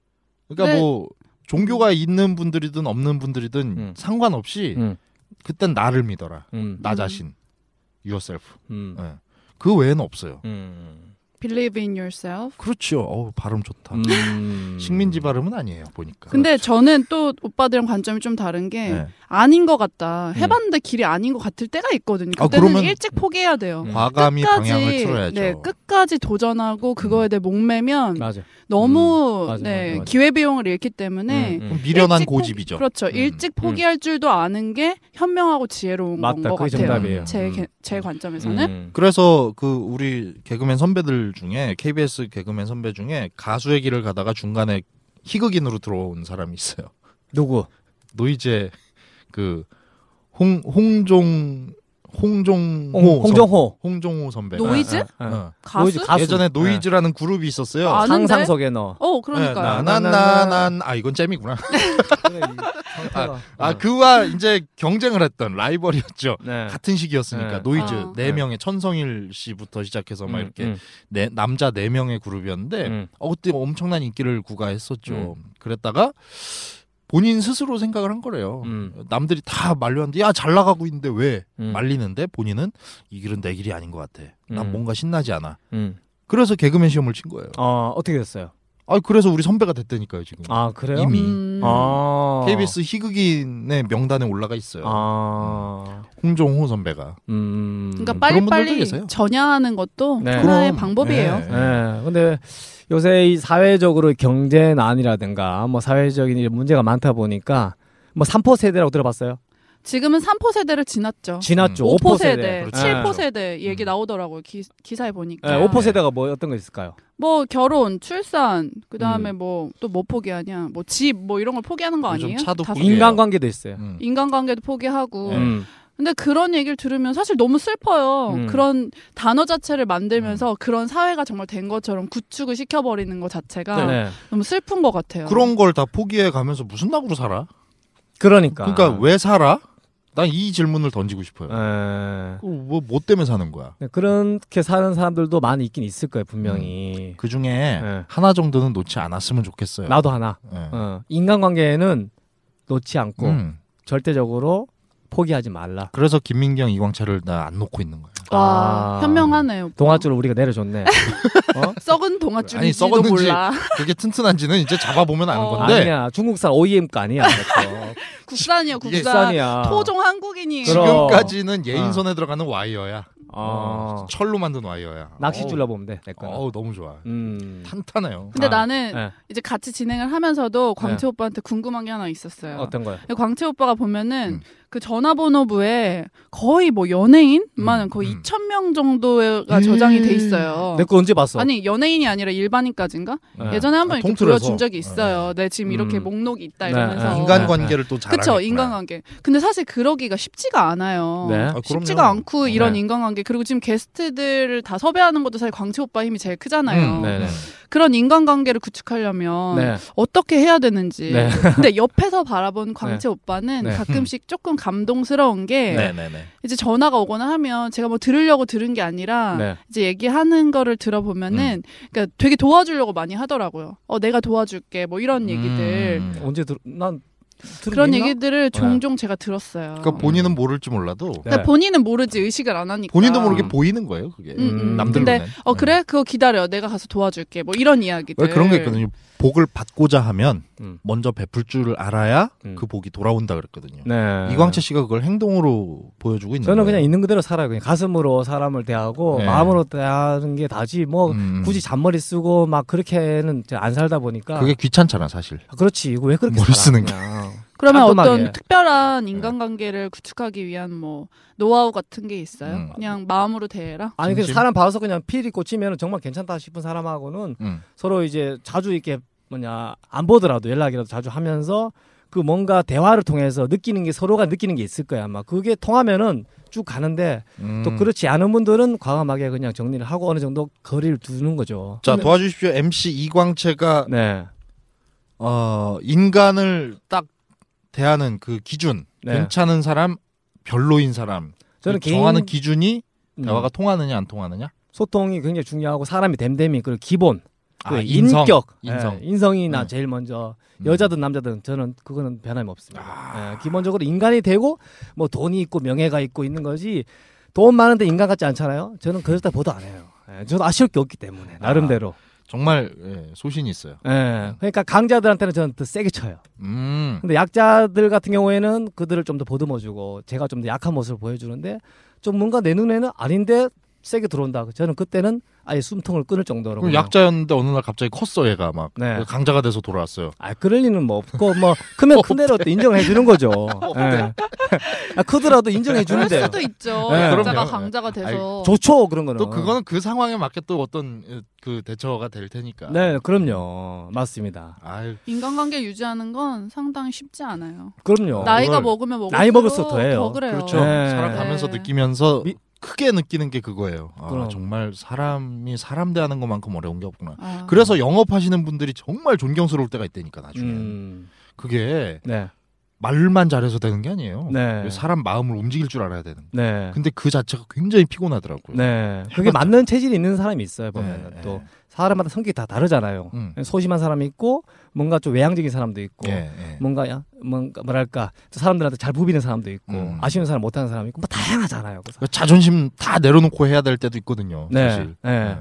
A: 그러니까
D: 네.
A: 뭐 종교가 있는 분들이든 없는 분들이든
C: 음.
A: 상관없이
C: 음.
A: 그땐 나를 믿어라.
C: 음,
A: 나
D: 음.
A: 자신. yourself.
C: 음,
A: 예. 그 외에는 없어요.
C: 음,
D: Believe in yourself.
A: 그렇죠. 어우, 발음 좋다.
C: 음.
A: 식민지 발음은 아니에요. 보니까.
D: 근데 저는 또 오빠들이랑 관점이 좀 다른 게
A: 그렇죠. 네. 음.
D: 아닌 것 같다. 해봤는데 길이 아닌 것 같을 때가 있거든요.
A: 아,
D: 그때는
A: 그러면-
D: 일찍 포기해야 돼요.
C: 음.
A: 과감히 방향을 틀어야죠. 음.
D: 네, 끝까지 도전하고 그거에 대해 목매면
C: 맞아.
D: 너무
C: 음, 맞아,
D: 네,
C: 맞아, 맞아.
D: 기회비용을 잃기 때문에
C: 음, 음.
A: 그럼 미련한
D: 일찍 포기-
A: 고집이죠.
D: 그렇죠.
A: 음.
D: 일찍 포기할 줄도 아는 게 현명하고 지혜로운 건
C: 맞다.
D: 것
C: 그게
D: 같아요.
C: 정답이에요.
D: 제,
C: 음.
D: 개- 제 관점에서는
C: 음.
A: 그래서 그 우리 개그맨 선배들 중에 KBS 개그맨 선배 중에 가수의 길을 가다가 중간에 희극인으로 들어온 사람이 있어요.
C: 누구?
A: 노이제 그 홍, 홍종 홍종호
C: 홍, 홍정호.
A: 선- 홍종호 선배.
D: 노이즈?
A: 어, 어.
D: 가수?
C: 가수.
A: 예전에 노이즈라는 그룹이 있었어요.
D: 아, 아는데?
C: 상상 속에 너.
D: 어,
A: 네,
D: 그러니까요.
A: 나나나난 아 이건 잼이구나.
C: 네,
A: 아 그와 이제 경쟁을 했던 라이벌이었죠.
C: 어. 네.
A: 같은 시기였으니까
C: 네.
A: 노이즈
D: 아.
A: 네 명의 천성일 씨부터 시작해서 막 이렇게 네, 남자 네 명의 그룹이었는데
C: 음.
A: 어, 그때 엄청난 인기를 구가했었죠. 그랬다가 본인 스스로 생각을 한 거래요.
C: 음.
A: 남들이 다 말려는데 야 잘 나가고 있는데 왜
C: 음.
A: 말리는데 본인은 이 길은 내 길이 아닌 것 같아. 난
C: 음.
A: 뭔가 신나지 않아.
C: 음.
A: 그래서 개그맨 시험을 친 거예요.
C: 어, 어떻게 됐어요?
A: 아 그래서 우리 선배가 됐다니까요 지금.
C: 아, 그래요?
A: 이미.
D: 음.
C: 아.
A: KBS 희극인의 명단에 올라가 있어요.
C: 아.
A: 홍종호 선배가.
C: 음.
D: 그러니까
A: 그런 분들도
D: 빨리빨리
A: 계세요.
D: 전야하는 것도
C: 네.
D: 하나의
A: 그럼,
D: 방법이에요.
A: 네.
C: 예. 근데 요새 이 사회적으로 경제난이라든가 뭐 사회적인 이런 문제가 많다 보니까 뭐 3포 세대라고 들어봤어요?
D: 지금은 3포 세대를 지났죠.
C: 지났죠.
A: 음.
D: 5포
C: 세대.
D: 세대,
A: 그렇죠.
C: 예.
D: 7포 세대 얘기
A: 음.
D: 나오더라고요. 기, 기사에 보니까.
C: 예, 5포 세대가 뭐 어떤 거 있을까요?
D: 뭐 결혼, 출산, 그 다음에 뭐 또 뭐 포기하냐, 뭐 집, 뭐 이런 걸 포기하는 거
A: 요즘
D: 아니에요?
A: 차도
D: 다-
A: 포기- 그게요.
C: 인간관계도 있어요.
A: 음.
D: 인간관계도 포기하고.
A: 네.
C: 음.
D: 근데 그런 얘기를 들으면 사실 너무 슬퍼요.
C: 음.
D: 그런 단어 자체를 만들면서 그런 사회가 정말 된 것처럼 구축을 시켜버리는 것 자체가
C: 네.
D: 너무 슬픈 것
C: 어.
D: 같아요.
A: 그런 걸 다 포기해 가면서 무슨 낙으로 살아?
C: 그러니까.
A: 그러니까 왜 살아? 난 이 질문을 던지고 싶어요. 그
C: 예.
A: 뭐뭐 때문에 사는 거야?
C: 네, 그렇게 사는 사람들도 많이 있긴 있을 거예요, 분명히.
A: 그 중에
C: 네.
A: 음. 하나 정도는 놓지 않았으면 좋겠어요.
C: 나도 하나.
A: 예.
C: 어, 인간관계는 놓지 않고
A: 음.
C: 절대적으로 포기하지 말라.
A: 그래서 김민경 이광철을 나 안 놓고 있는 거야.
D: 와,
C: 아.
D: 현명하네요. 오빠.
C: 동아줄을 우리가 내려줬네. 어?
D: 썩은 동아줄인지도
A: 아니, 썩었는지
D: 몰라.
A: 그게 튼튼한지는 이제 잡아보면 아는
D: 어.
A: 건데.
C: 아니야 중국산 OEM 거 아니야. 그거.
D: 국산이요, 국산.
C: 국산이야.
D: 토종 한국인이.
C: 그럼.
A: 지금까지는 예인
C: 어.
A: 손에 들어가는 와이어야.
C: 어.
A: 철로 만든 아, 와이어야.
C: 낚싯줄로 보면 돼. 내 거.
A: 어우, 어우, 너무 좋아.
C: 음.
A: 탄탄해요.
D: 근데
C: 아,
D: 나는
C: 예.
D: 이제 같이 진행을 하면서도 광채
C: 네.
D: 오빠한테 궁금한 게 하나 있었어요.
C: 어떤 거요?
D: 광채 오빠가 보면은
A: 음.
D: 그 전화번호부에 거의 뭐 연예인만은
A: 음,
D: 거의
A: 음.
D: 2,000명 정도가 저장이 돼 있어요.
C: 내 거 언제 봤어?
D: 아니 연예인이 아니라 일반인까지인가?
C: 예.
D: 예전에 한 번
A: 아,
D: 이렇게
A: 통틀어서.
D: 불러준 적이 있어요. 내 지금 이렇게
C: 음.
D: 목록이 있다
C: 네,
D: 이러면서
C: 네.
A: 아, 인간관계를 또 잘하는.
D: 그쵸 인간관계. 근데 사실 그러기가 쉽지가 않아요.
C: 네. 아,
A: 그럼요.
D: 쉽지가 않고 이런
C: 네.
D: 인간관계 그리고 지금 게스트들을 다 섭외하는 것도 사실 광채 오빠 힘이 제일 크잖아요.
A: 음,
C: 네네.
D: 그런 인간관계를 구축하려면
C: 네.
D: 어떻게 해야 되는지.
C: 네.
D: 근데 옆에서 바라본 광채 오빠는
C: 네.
D: 가끔씩 조금 감동스러운 게
A: 네네네.
D: 이제 전화가 오거나 하면 제가 뭐 들으려고 들은 게 아니라
C: 네.
D: 이제 얘기하는 거를 들어보면은
A: 음.
D: 그러니까 되게 도와주려고 많이 하더라고요. 어 내가 도와줄게 뭐 이런 얘기들
A: 음.
C: 언제 들? 난 들은
D: 그런
C: 게 있나?
D: 얘기들을 종종 제가 들었어요.
A: 네. 그러니까 본인은 모를지 몰라도
C: 네.
D: 그러니까 본인은 모르지 의식을 안 하니까.
A: 본인도 모르게
C: 음.
A: 보이는 거예요. 그게
D: 음, 음.
A: 남들
D: 근데
A: 눈엔.
D: 어
A: 네.
D: 그래 그거 기다려 내가 가서 도와줄게 뭐 이런 이야기들.
A: 왜 그런 게 있거든요. 복을 받고자 하면
C: 음.
A: 먼저 베풀 줄을 알아야
C: 음.
A: 그 복이 돌아온다 그랬거든요.
C: 네.
A: 이광채 씨가 그걸 행동으로 보여주고 있는
C: 저는
A: 거예요.
C: 그냥 있는 그대로 살아요. 그냥 가슴으로 사람을 대하고
A: 네.
C: 마음으로 대하는 게 다지 뭐
A: 음, 음.
C: 굳이 잔머리 쓰고 막 그렇게는 이제 안 살다 보니까
A: 그게 귀찮잖아 사실.
C: 아, 그렇지 이거 왜 그렇게
A: 머리
C: 살아,
A: 쓰는 게.
C: 그냥.
D: 그러면
C: 깔끔하게.
D: 어떤
A: 네.
D: 특별한 인간관계를 구축하기 위한 뭐 노하우 같은 게 있어요?
A: 음.
D: 그냥 마음으로 대해라.
C: 아니 그
A: 진심?
C: 사람 봐서 그냥 필이 꽂히면 정말 괜찮다 싶은 사람하고는
A: 음.
C: 서로 이제 자주 이렇게 뭐냐 안 보더라도 연락이라도 자주 하면서 그 뭔가 대화를 통해서 느끼는 게 서로가 느끼는 게 있을 거야 아마 그게 통하면은 쭉 가는데
A: 음.
C: 또 그렇지 않은 분들은 과감하게 그냥 정리를 하고 어느 정도 거리를 두는 거죠.
A: 자 도와주십시오. MC 이광채가
C: 네.
A: 어, 인간을 딱 대하는 그 기준,
C: 네.
A: 괜찮은 사람, 별로인 사람,
C: 저는
A: 그 정하는
C: 개인
A: 기준이
C: 음,
A: 대화가 통하느냐 안 통하느냐.
C: 소통이 굉장히 중요하고 사람이 됨됨이 그리고 기본 그
A: 아, 인성.
C: 인격
A: 인성.
C: 예, 인성이나
A: 음.
C: 제일 먼저
A: 음. 아.
C: 여자든 남자든 저는 그거는 변함이 없습니다. 예, 기본적으로 인간이 되고 뭐 돈이 있고 명예가 있고 있는 거지 돈 많은데 인간 같지 않잖아요. 저는 그렇다 보도 안 해요. 예, 저는 아쉬울 게 없기 때문에 나름대로.
A: 정말 예, 소신이 있어요.
C: 예, 그러니까 강자들한테는 저는 더 세게 쳐요.
A: 음.
C: 근데 약자들 같은 경우에는 그들을 좀 더 보듬어주고 제가 좀 더 약한 모습을 보여주는데 좀 뭔가 내 눈에는 아닌데 세게 들어온다. 저는 그때는 아예 숨통을 끊을 정도로.
A: 그럼
C: 그냥.
A: 약자였는데 어느 날 갑자기 컸어 얘가 막그
C: 네.
A: 강자가 돼서 돌아왔어요.
C: 아 그럴 리는 뭐 없고 뭐 크면 큰 대로 또 인정해 주는 거죠.
A: 네.
C: 예. 아, 크더라도 인정해
D: 그럴
C: 주는데요.
D: 수도 있죠.
C: 네.
D: 여자가
A: 그럼요.
D: 강자가 돼서.
C: 좋죠 그런 거는.
A: 또 그거는 그 상황에 맞게 또 어떤 예, 그 대처가 될 테니까.
C: 네 그럼요 맞습니다.
A: 아유,
D: 인간관계 유지하는 건 상당히 쉽지 않아요.
C: 어, 그럼요.
A: 나-
D: 나이가 뭐
A: 그걸-
D: 먹으면 먹을수록
C: 나이 먹을수록 더해요.
D: 더 그래요.
A: 그렇죠.
C: 네.
A: 살아가면서
D: 네.
A: 느끼면서
C: 미-
A: 크게 느끼는 게 그거예요. 아,
C: 그럼.
A: 정말 사람이 사람 대하는 것만큼 어려운 게 없구나.
D: 아,
A: 그래서 영업하시는 분들이 정말 존경스러울 때가 있다니까 나중에.
C: 음,
A: 그게
C: 네,
A: 말만 잘해서 되는 게 아니에요.
C: 네,
A: 사람 마음을 움직일 줄 알아야 되는. 거.
C: 네,
A: 근데 그 자체가 굉장히 피곤하더라고요.
C: 네. 그게 맞는 체질이 있는 사람이 있어요 보면
A: 네,
C: 은또
A: 네.
C: 사람마다 성격이 다 다르잖아요.
A: 음.
C: 소심한 사람이 있고 뭔가 좀 외향적인 사람도 있고
A: 예, 예.
C: 뭔가 야- 뭔가 뭐랄까 또 사람들한테 잘 부비는 사람도 있고
A: 음.
C: 아쉬운 사람 못하는 사람 있고 뭐 다양하잖아요. 그래서.
A: 그 자존심 다 내려놓고 해야 될 때도 있거든요.
C: 네,
A: 사실.
C: 네.
A: 예.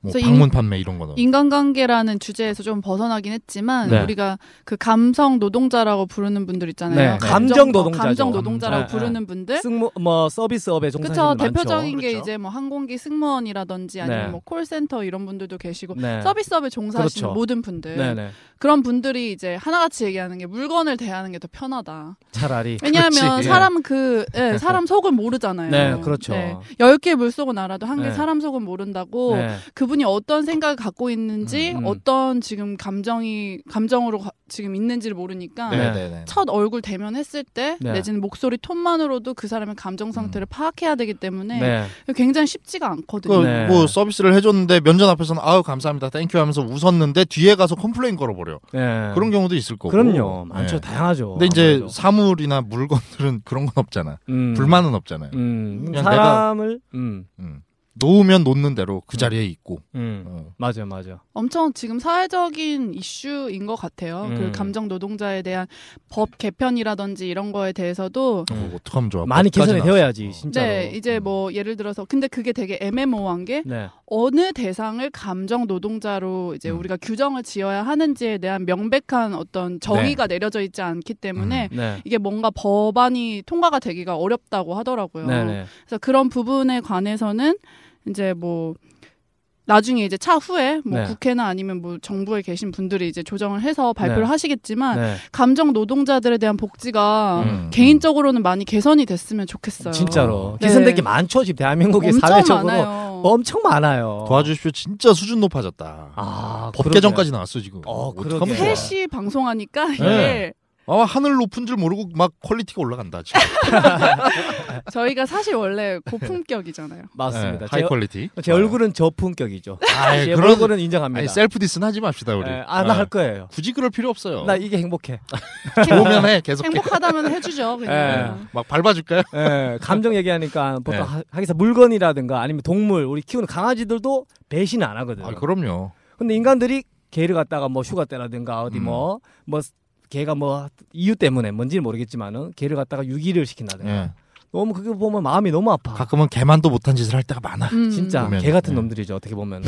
A: 뭐
D: 그래서
A: 방문
D: 인-
A: 판매 이런 거는.
D: 인간관계라는 주제에서 좀 벗어나긴 했지만
C: 네.
D: 우리가 그 감성 노동자라고 부르는 분들 있잖아요.
C: 네.
D: 어,
C: 감정 노동자죠.
D: 감정 노동자라고
C: 감정.
D: 부르는 분들.
C: 승무 뭐 서비스업에 종사하는
D: 네? 그쵸
C: 분들 많죠.
D: 대표적인 게
A: 그렇죠.
D: 이제 뭐 항공기 승무원이라든지 아니면
C: 네.
D: 뭐 콜센터 이런 분들도 계시고
C: 네.
D: 서비스업에 종사하시는
C: 그렇죠.
D: 모든 분들
C: 네네.
D: 그런 분들이 이제 하나같이 얘기하는 게 물건을 대하는 게 더 편하다.
C: 차라리
D: 왜냐하면
A: 그렇지.
D: 사람 그 예, 사람 속은 모르잖아요.
C: 네, 그렇죠.
D: 열개 물속은 알아도 한 개
C: 네.
D: 사람 속은 모른다고
C: 네.
D: 그분이 어떤 생각을 갖고 있는지
C: 음, 음.
D: 어떤 지금 감정이 감정으로 가- 지금 있는지를 모르니까
A: 네,
C: 네.
A: 네, 네.
D: 첫 얼굴 대면했을 때
C: 네. 음.
D: 내지는 목소리 톤만으로도 그 사람의 감정 상태를 파악해야 되기 때문에
C: 네.
D: 굉장히 쉽지가 않거든요.
A: 그,
C: 네.
A: 뭐 서비스를 해줬는데 면접 앞에서는 아우 감사합니다 땡큐 하면서 웃었는데 뒤에 가서 컴플레인 걸어버려
C: 네.
A: 그런 경우도 있을 거고
C: 그럼요. 많죠.
A: 예.
C: 다양하죠.
A: 근데 이제
C: 아무래도.
A: 사물이나 물건들은 그런 건 없잖아
C: 음.
A: 불만은 없잖아요
C: 음.
A: 그냥
C: 사람을 음.
A: 음. 놓으면 놓는 대로 그 자리에 있고.
C: 음.
A: 어.
C: 맞아요, 맞아요.
D: 엄청 지금 사회적인 이슈인 것 같아요.
C: 음.
D: 그 감정 노동자에 대한 법 개편이라든지 이런 거에 대해서도
A: 어, 어떡하면 좋아.
C: 많이
A: 법까지
C: 개선이
A: 나왔어.
C: 되어야지, 진짜로. 음.
D: 네, 이제 뭐 예를 들어서 근데 그게 되게 애매모호한 게
C: 네.
D: 어느 대상을 감정 노동자로 이제
A: 음.
D: 우리가 규정을 지어야 하는지에 대한 명백한 어떤 정의가 내려져 있지 않기 때문에
C: 네.
D: 이게 뭔가 법안이 통과가 되기가 어렵다고 하더라고요.
C: 네, 네.
D: 그래서 그런 부분에 관해서는 이제 뭐 나중에 이제 차후에 뭐
C: 네.
D: 국회나 아니면 뭐 정부에 계신 분들이 이제 조정을 해서 발표를
C: 네.
D: 하시겠지만
C: 네.
D: 감정 노동자들에 대한 복지가
A: 음.
D: 개인적으로는 많이 개선이 됐으면 좋겠어요.
C: 진짜로.
D: 네.
C: 개선된 게 많죠, 지금 대한민국의
D: 엄청
C: 사회적으로.
D: 많아요.
C: 엄청 많아요.
A: 도와주십시오. 진짜 수준 높아졌다.
C: 아,
A: 법
C: 그러게요.
A: 개정까지 나왔어 지금.
C: 어,
A: 어떡하면
C: 그러게.
A: 좋아.
D: 셋이 방송하니까 이게
A: 네. 아 하늘 높은 줄 모르고 막 퀄리티가 올라간다 지금.
D: 저희가 사실 원래 고품격이잖아요.
C: 맞습니다.
A: 네,
C: 제,
A: 하이 퀄리티.
C: 제 얼굴은 저품격이죠.
A: 아이,
C: 제
A: 그런-
C: 얼굴은 인정합니다.
A: 아니 셀프 디스는 하지 맙시다 우리.
C: 예, 아, 나 할
A: 어.
C: 거예요.
A: 굳이 그럴 필요 없어요.
C: 나 이게 행복해.
A: 좋으면 해 계속. 해.
D: 행복하다면 해주죠. 그냥.
A: 막 밟아줄까요?
C: 예, 감정 얘기하니까 보통
A: 네.
C: 하- 하기사 물건이라든가 아니면 동물, 우리 키우는 강아지들도 배신 안 하거든요.
A: 아 그럼요.
C: 근데 인간들이 개를 갖다가 뭐 휴가 때라든가 어디
A: 음.
C: 뭐 뭐 개가 뭐 이유 때문에 뭔지는 모르겠지만은 개를 갖다가 유기를 시킨다든가
A: 예.
C: 너무 그거 보면 마음이 너무 아파.
A: 가끔은 개만도 못한 짓을 할 때가 많아.
D: 음.
C: 진짜
A: 보면은,
C: 개 같은
A: 네.
C: 놈들이죠 어떻게 보면.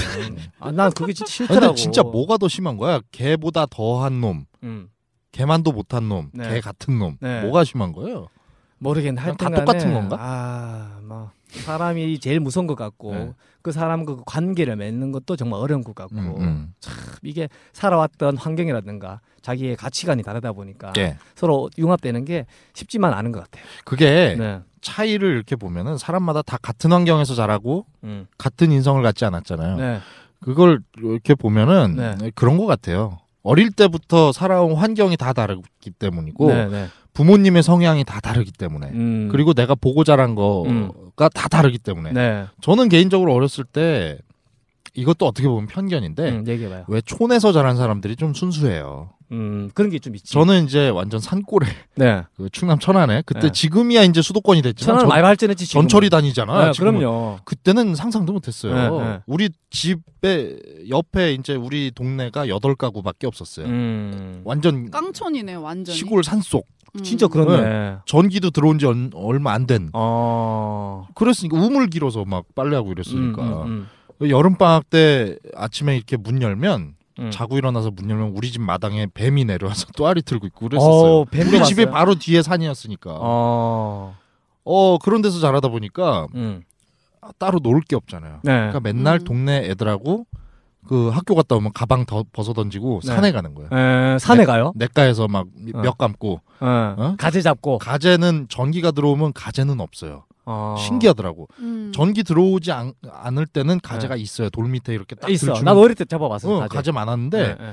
C: 아, 난 그게 진짜 싫더라고.
A: 근데 진짜 뭐가 더 심한 거야? 개보다 더한 놈,
C: 음,
A: 개만도 못한 놈,
C: 네.
A: 개 같은 놈.
C: 네.
A: 뭐가 심한 거예요?
C: 모르겠네. 하여튼
A: 다 똑같은 건가?
C: 아, 막 사람이 제일 무서운 것 같고
A: 네.
C: 그 사람과 그 관계를 맺는 것도 정말 어려운 것 같고
A: 음, 음.
C: 이게 살아왔던 환경이라든가 자기의 가치관이 다르다 보니까
A: 예.
C: 서로 융합되는 게 쉽지만 않은 것 같아요.
A: 그게
C: 네.
A: 차이를 이렇게 보면은 사람마다 다 같은 환경에서 자라고
C: 음.
A: 같은 인성을 갖지 않았잖아요.
C: 네.
A: 그걸 이렇게 보면은
C: 네.
A: 그런 것 같아요. 어릴 때부터 살아온 환경이 다 다르기 때문이고
C: 네, 네.
A: 부모님의 성향이 다 다르기 때문에
C: 음.
A: 그리고 내가 보고 자란 거가
C: 음.
A: 다 다르기 때문에
C: 네.
A: 저는 개인적으로 어렸을 때 이것도 어떻게 보면 편견인데
C: 음, 얘기해봐요.
A: 네. 왜 촌에서 자란 사람들이 좀 순수해요.
C: 음, 그런 게 좀 있지.
A: 저는 이제 완전 산골에
C: 네.
A: 그 충남 천안에 그때
C: 네.
A: 지금이야 이제 수도권이 됐지만
C: 천안을
A: 전-
C: 많이 발전했지. 지금은.
A: 전철이 다니잖아.
C: 네,
A: 지금은.
C: 그럼요.
A: 그때는 상상도 못했어요.
C: 네, 네.
A: 우리 집에 옆에 이제 우리 동네가 여덟 가구밖에 없었어요.
C: 음.
A: 완전
D: 깡촌이네 완전히.
A: 시골 산속
D: 음.
C: 진짜 그렇네.
A: 전기도 들어온 지 얼- 얼마 안 된.
C: 어.
A: 그랬으니까 우물 길어서 막 빨래하고 이랬으니까
C: 음,
A: 여름 방학 때 아침에 이렇게 문 열면
C: 음, 음.
A: 자고 일어나서 문 열면 우리 집 마당에 뱀이 내려와서 또아리 들고 있고 그랬었어요.
C: 어, 뱀
A: 우리 집이 바로 뒤에 산이었으니까. 어,
C: 어.
A: 그런 데서 자라다 보니까
C: 음.
A: 따로 놀 게 없잖아요.
C: 네.
A: 그러니까 맨날
D: 음.
A: 동네 애들하고 그 학교 갔다 오면 가방 더 벗어 던지고
C: 네.
A: 산에 가는 거예요.
C: 에, 산에 가요?
A: 냇가에서 막
C: 어.
A: 몇 감고
C: 어.
A: 네. 어?
C: 가지 잡고.
A: 가재는 전기가 들어오면 가재는 없어요.
C: 어.
A: 신기하더라고.
D: 음.
A: 전기 들어오지 않, 않을 때는 가재가 있어요. 돌 밑에 이렇게 딱
C: 네. 있어.
A: 들추면-
C: 난 어릴 때 잡아봤어.
A: 어, 가재 많았는데
C: 네.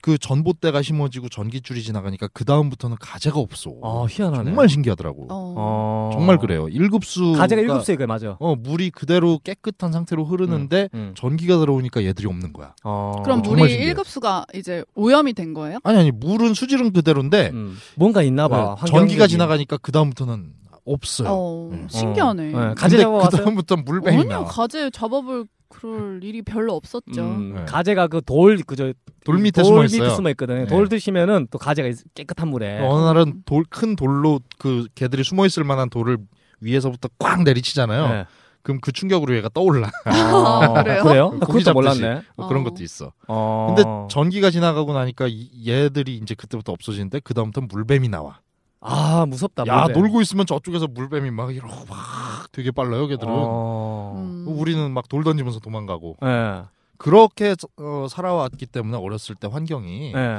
A: 그 전봇대가 심어지고 전기줄이 지나가니까 그 다음부터는 가재가 없어.
C: 어, 희한하네.
A: 정말 신기하더라고.
D: 어.
C: 어.
A: 정말 아. 그래요. 일급수
C: 가재가 일곱 세그 맞아.
A: 어 물이 그대로 깨끗한 상태로 흐르는데
C: 음.
A: 전기가 들어오니까 얘들이 없는 거야.
C: 어.
D: 그럼
A: 정말
D: 물이
A: 신기해요.
D: 일급수가 이제 오염이 된 거예요?
A: 아니 아니 물은 수질은 그대로인데
C: 음. 뭔가 있나
A: 네,
C: 봐.
A: 전기가
C: 환경적인.
A: 지나가니까 그 다음부터는 없어요.
D: 어,
A: 네.
D: 신기하네.
C: 어. 네, 가재
A: 근데
C: 잡아봤어요?
A: 그 다음부터 물뱀이
D: 아니요
A: 나와.
D: 가재 잡아볼 그럴 일이 별로 없었죠.
C: 음,
A: 네.
C: 가재가 그 돌 그저
A: 돌 밑에
C: 돌
A: 숨어
C: 밑에
A: 있어요.
C: 숨어 있거든요.
A: 네.
C: 돌 드시면은 또 가재가 있- 깨끗한 물에.
A: 어느 날은 돌 큰 돌로 그 개들이 숨어 있을 만한 돌을 위에서부터 꽉 내리치잖아요.
C: 네.
A: 그럼 그 충격으로 얘가 떠올라
C: 아,
D: 그래요?
C: 그래요? 나 그것도
A: 고기 잡듯이.
C: 몰랐네.
A: 뭐 그런
D: 어.
A: 것도 있어.
C: 어.
A: 근데 전기가 지나가고 나니까 이- 얘들이 이제 그때부터 없어지는데 그 다음부터 물뱀이 나와.
C: 아 무섭다.
A: 야
C: 물에.
A: 놀고 있으면 저쪽에서 물뱀이 막 이러고 막 되게 빨라요 걔들은.
C: 어.
D: 음.
A: 우리는 막 돌 던지면서 도망가고
C: 예.
A: 음. 그렇게 어, 살아왔기 때문에 어렸을 때 환경이
C: 예.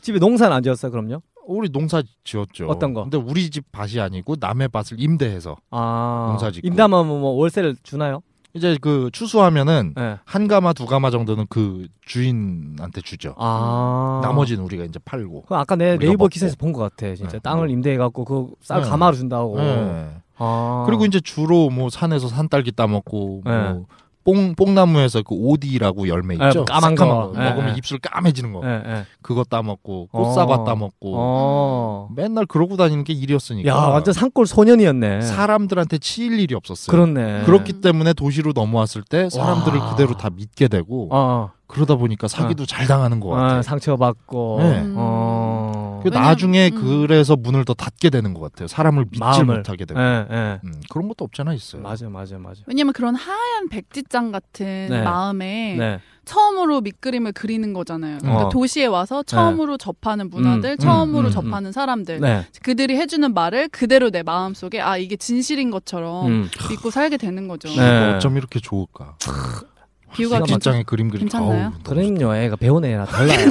C: 집에 농사는 안 지었어요, 그럼요?
A: 우리 농사 지었죠.
C: 어떤 거?
A: 근데 우리 집 밭이 아니고 남의 밭을 임대해서
C: 아.
A: 농사 짓고.
C: 임담하면 뭐 월세를 주나요?
A: 이제 그 추수하면은
C: 예.
A: 한 가마 두 가마 정도는 그 주인한테 주죠.
C: 아.
A: 나머지는 우리가 뭐 이제 팔고.
C: 그 아까 내
A: 우리가
C: 네이버
A: 먹고.
C: 기사에서 본 것 같아. 진짜
A: 네.
C: 땅을 임대해 갖고 그쌀
A: 네.
C: 가마로 준다고.
A: 예.
C: 아.
A: 그리고 이제 주로 뭐 산에서 산딸기 따먹고
C: 네.
A: 뭐 뽕 뽕나무에서 그 오디라고 열매
C: 예,
A: 있죠.
C: 까만 거.
A: 새까만
C: 예, 예.
A: 먹으면 입술 까매지는 거.
C: 예, 예.
A: 그거 따먹고
C: 어.
A: 꽃사과 따먹고
C: 어.
A: 맨날 그러고 다니는 게 일이었으니까.
C: 야, 완전 산골 소년이었네.
A: 사람들한테 치일 일이 없었어요.
C: 그렇네.
A: 그렇기 때문에 도시로 넘어왔을 때 사람들을
C: 와.
A: 그대로 다 믿게 되고
C: 어, 어.
A: 그러다 보니까 사기도 잘 당하는 것 같아요.
C: 아, 상처받고.
A: 네.
C: 어.
A: 그
D: 왜냐면-
A: 나중에
D: 음.
A: 그래서 문을 더 닫게 되는 것 같아요. 사람을 믿지
C: 마음을.
A: 못하게 되고
C: 예, 예.
A: 음, 그런 것도 없잖아 있어요.
C: 맞아, 맞아, 맞아.
D: 왜냐면 그런 하얀 백지장 같은
C: 네.
D: 마음에
C: 네.
D: 처음으로 밑그림을 그리는 거잖아요. 그러니까
C: 어.
D: 도시에 와서 처음으로 접하는 문화들,
C: 음,
D: 처음으로
A: 음,
D: 접하는 사람들,
C: 네.
D: 그들이 해주는 말을 그대로 내 마음 속에 아 이게 진실인 것처럼
C: 음.
D: 믿고 살게 되는 거죠.
C: 네.
A: 이거 어쩜 이렇게 좋을까?
D: 비유가
C: 기가
A: 뒷장에 그림 그리.
D: 괜찮나요?
C: 그럼요. 애가 배운 애라 달라요.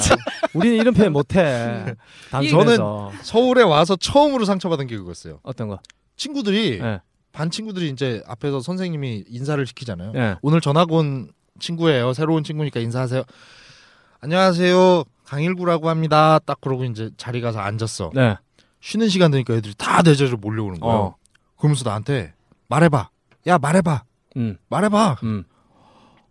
C: 우리는 이런 표현 못해. 단순해서.
A: 서울에 와서 처음으로 상처받은 게 그거였어요.
C: 어떤 거?
A: 친구들이
C: 예.
A: 반 친구들이 이제 앞에서 선생님이 인사를 시키잖아요.
C: 예.
A: 오늘 전학 온 친구예요. 새로운 친구니까 인사하세요. 안녕하세요. 강일구라고 합니다. 딱 그러고 이제 자리 가서 앉았어.
C: 네.
A: 쉬는 시간 되니까 애들이 다 대자로 몰려오는 거야.
C: 어.
A: 그러면서 나한테 말해봐. 야 말해봐.
C: 음.
A: 말해봐.
C: 음.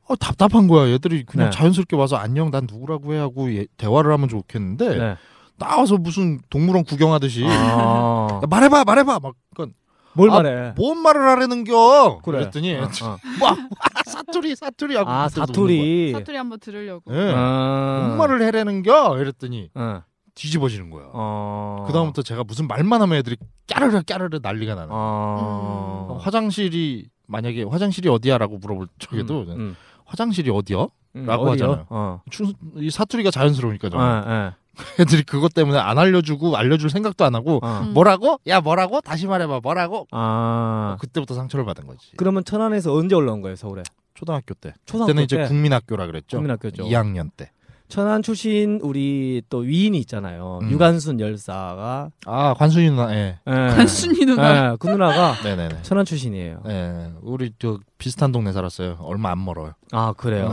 A: 어, 답답한 거야. 얘들이 그냥
C: 네.
A: 자연스럽게 와서 안녕 난 누구라고 해 하고 얘- 대화를 하면 좋겠는데 나와서 무슨 동물원 구경하듯이
C: 네. 아.
A: 야, 말해봐 말해봐 막 그건
C: 뭘
A: 네. 아,
C: 말해?
A: 뭔 말을 하려는겨
C: 그래.
A: 그랬더니
C: 어, 어.
A: 와 사투리 사투리 하고
C: 아,
A: 그때도
C: 사투리.
D: 사투리 한번 들으려고.
A: 웃는 거야. 예.
C: 아.
A: 뭔 말을 해라는겨 이랬더니
C: 어.
A: 뒤집어지는 거야.
C: 어.
A: 그다음부터 제가 무슨 말만 하면 애들이 까르르 까르르 난리가 나는 거야.
C: 어.
D: 음.
A: 어, 화장실이 만약에 화장실이 어디야라고 물어볼 적에도
C: 음, 음.
A: 화장실이 어디야?
C: 음,
A: 라고
C: 어디요?
A: 하잖아요. 어.
C: 어.
A: 충- 이 사투리가 자연스러우니까 저는.
C: 예,
A: 애들이 그것 때문에 안 알려주고 알려줄 생각도 안 하고
C: 예. 어.
D: 음.
A: 뭐라고? 야 뭐라고? 다시 말해봐 뭐라고?
C: 아.
A: 그때부터 상처를 받은 거지.
C: 그러면 천안에서 언제 올라온 거예요, 서울에?
A: 초등학교 때.
C: 초등학교
A: 그때는
C: 때.
A: 이제 국민학교라 그랬죠.
C: 국민학교죠.
A: 2학년 때.
C: 천안 출신 우리 또 위인이 있잖아요.
A: 음.
C: 유관순 열사가
A: 아 관순이 누나. 예.
C: 예.
D: 단순히 누나.
C: 예, 그 누나가
A: 네네네.
C: 천안 출신이에요.
A: 예. 우리 저 비슷한 동네 살았어요. 얼마 안 멀어요.
C: 아 그래요.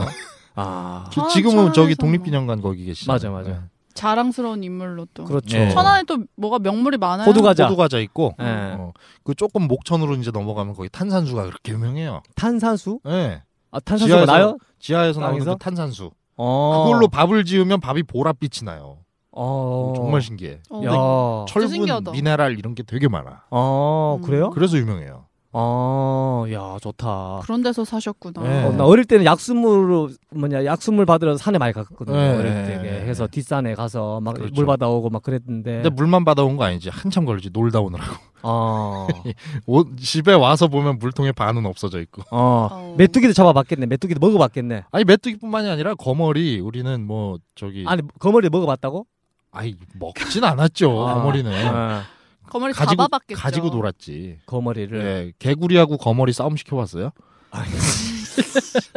C: 아
A: 지-
D: 아,
A: 지금은 저기
D: 천안에서
A: 독립기념관 거기 네. 계시죠.
C: 맞아, 맞아.
D: 자랑스러운 인물로 또.
C: 그렇죠.
A: 예.
D: 천안에 또 뭐가 명물이 많아요.
C: 호두 과자.
A: 호두 과자 있고
C: 예.
A: 어, 그 조금 목천으로 이제 넘어가면 거기 탄산수가 그렇게 유명해요.
C: 탄산수?
A: 예.
C: 아 탄산수가
A: 지하에서-
C: 나요?
A: 지하에서 나오는
C: 땅에서?
A: 그 탄산수.
C: 어.
A: 그걸로 밥을 지으면 밥이 보랏빛이 나요.
C: 어.
A: 정말 신기해.
D: 어.
C: 야.
A: 철분,
D: 신기하다.
A: 미네랄 이런 게 되게 많아.
C: 어
D: 음.
C: 그래요?
A: 그래서 유명해요.
C: 어. 야 좋다.
D: 그런 데서 사셨구나.
A: 네.
C: 어, 나 어릴 때는 약수물로 뭐냐 약수물 받으러 산에 많이 갔거든요.
A: 네.
C: 어릴 때 해서 뒷산에 가서 막 물
A: 그렇죠.
C: 받아오고 막 그랬는데.
A: 근데 물만 받아온 거 아니지. 한참 걸리지. 놀다 오느라고.
C: 어.
A: 옷- 집에 와서 보면 물통에 반은 없어져 있고.
C: 어.
D: 어.
C: 메뚜기도 잡아봤겠네. 메뚜기도 먹어봤겠네.
A: 아니 메뚜기뿐만이 아니라 거머리 우리는 뭐 저기
C: 아니 거머리 먹어봤다고?
A: 아이 먹진 않았죠.
C: 아.
A: 거머리는
C: 어,
D: 거머리
A: 가지고
D: 잡아봤겠죠.
A: 가지고 놀았지.
C: 거머리를.
A: 예, 개구리하고 거머리 싸움 시켜봤어요?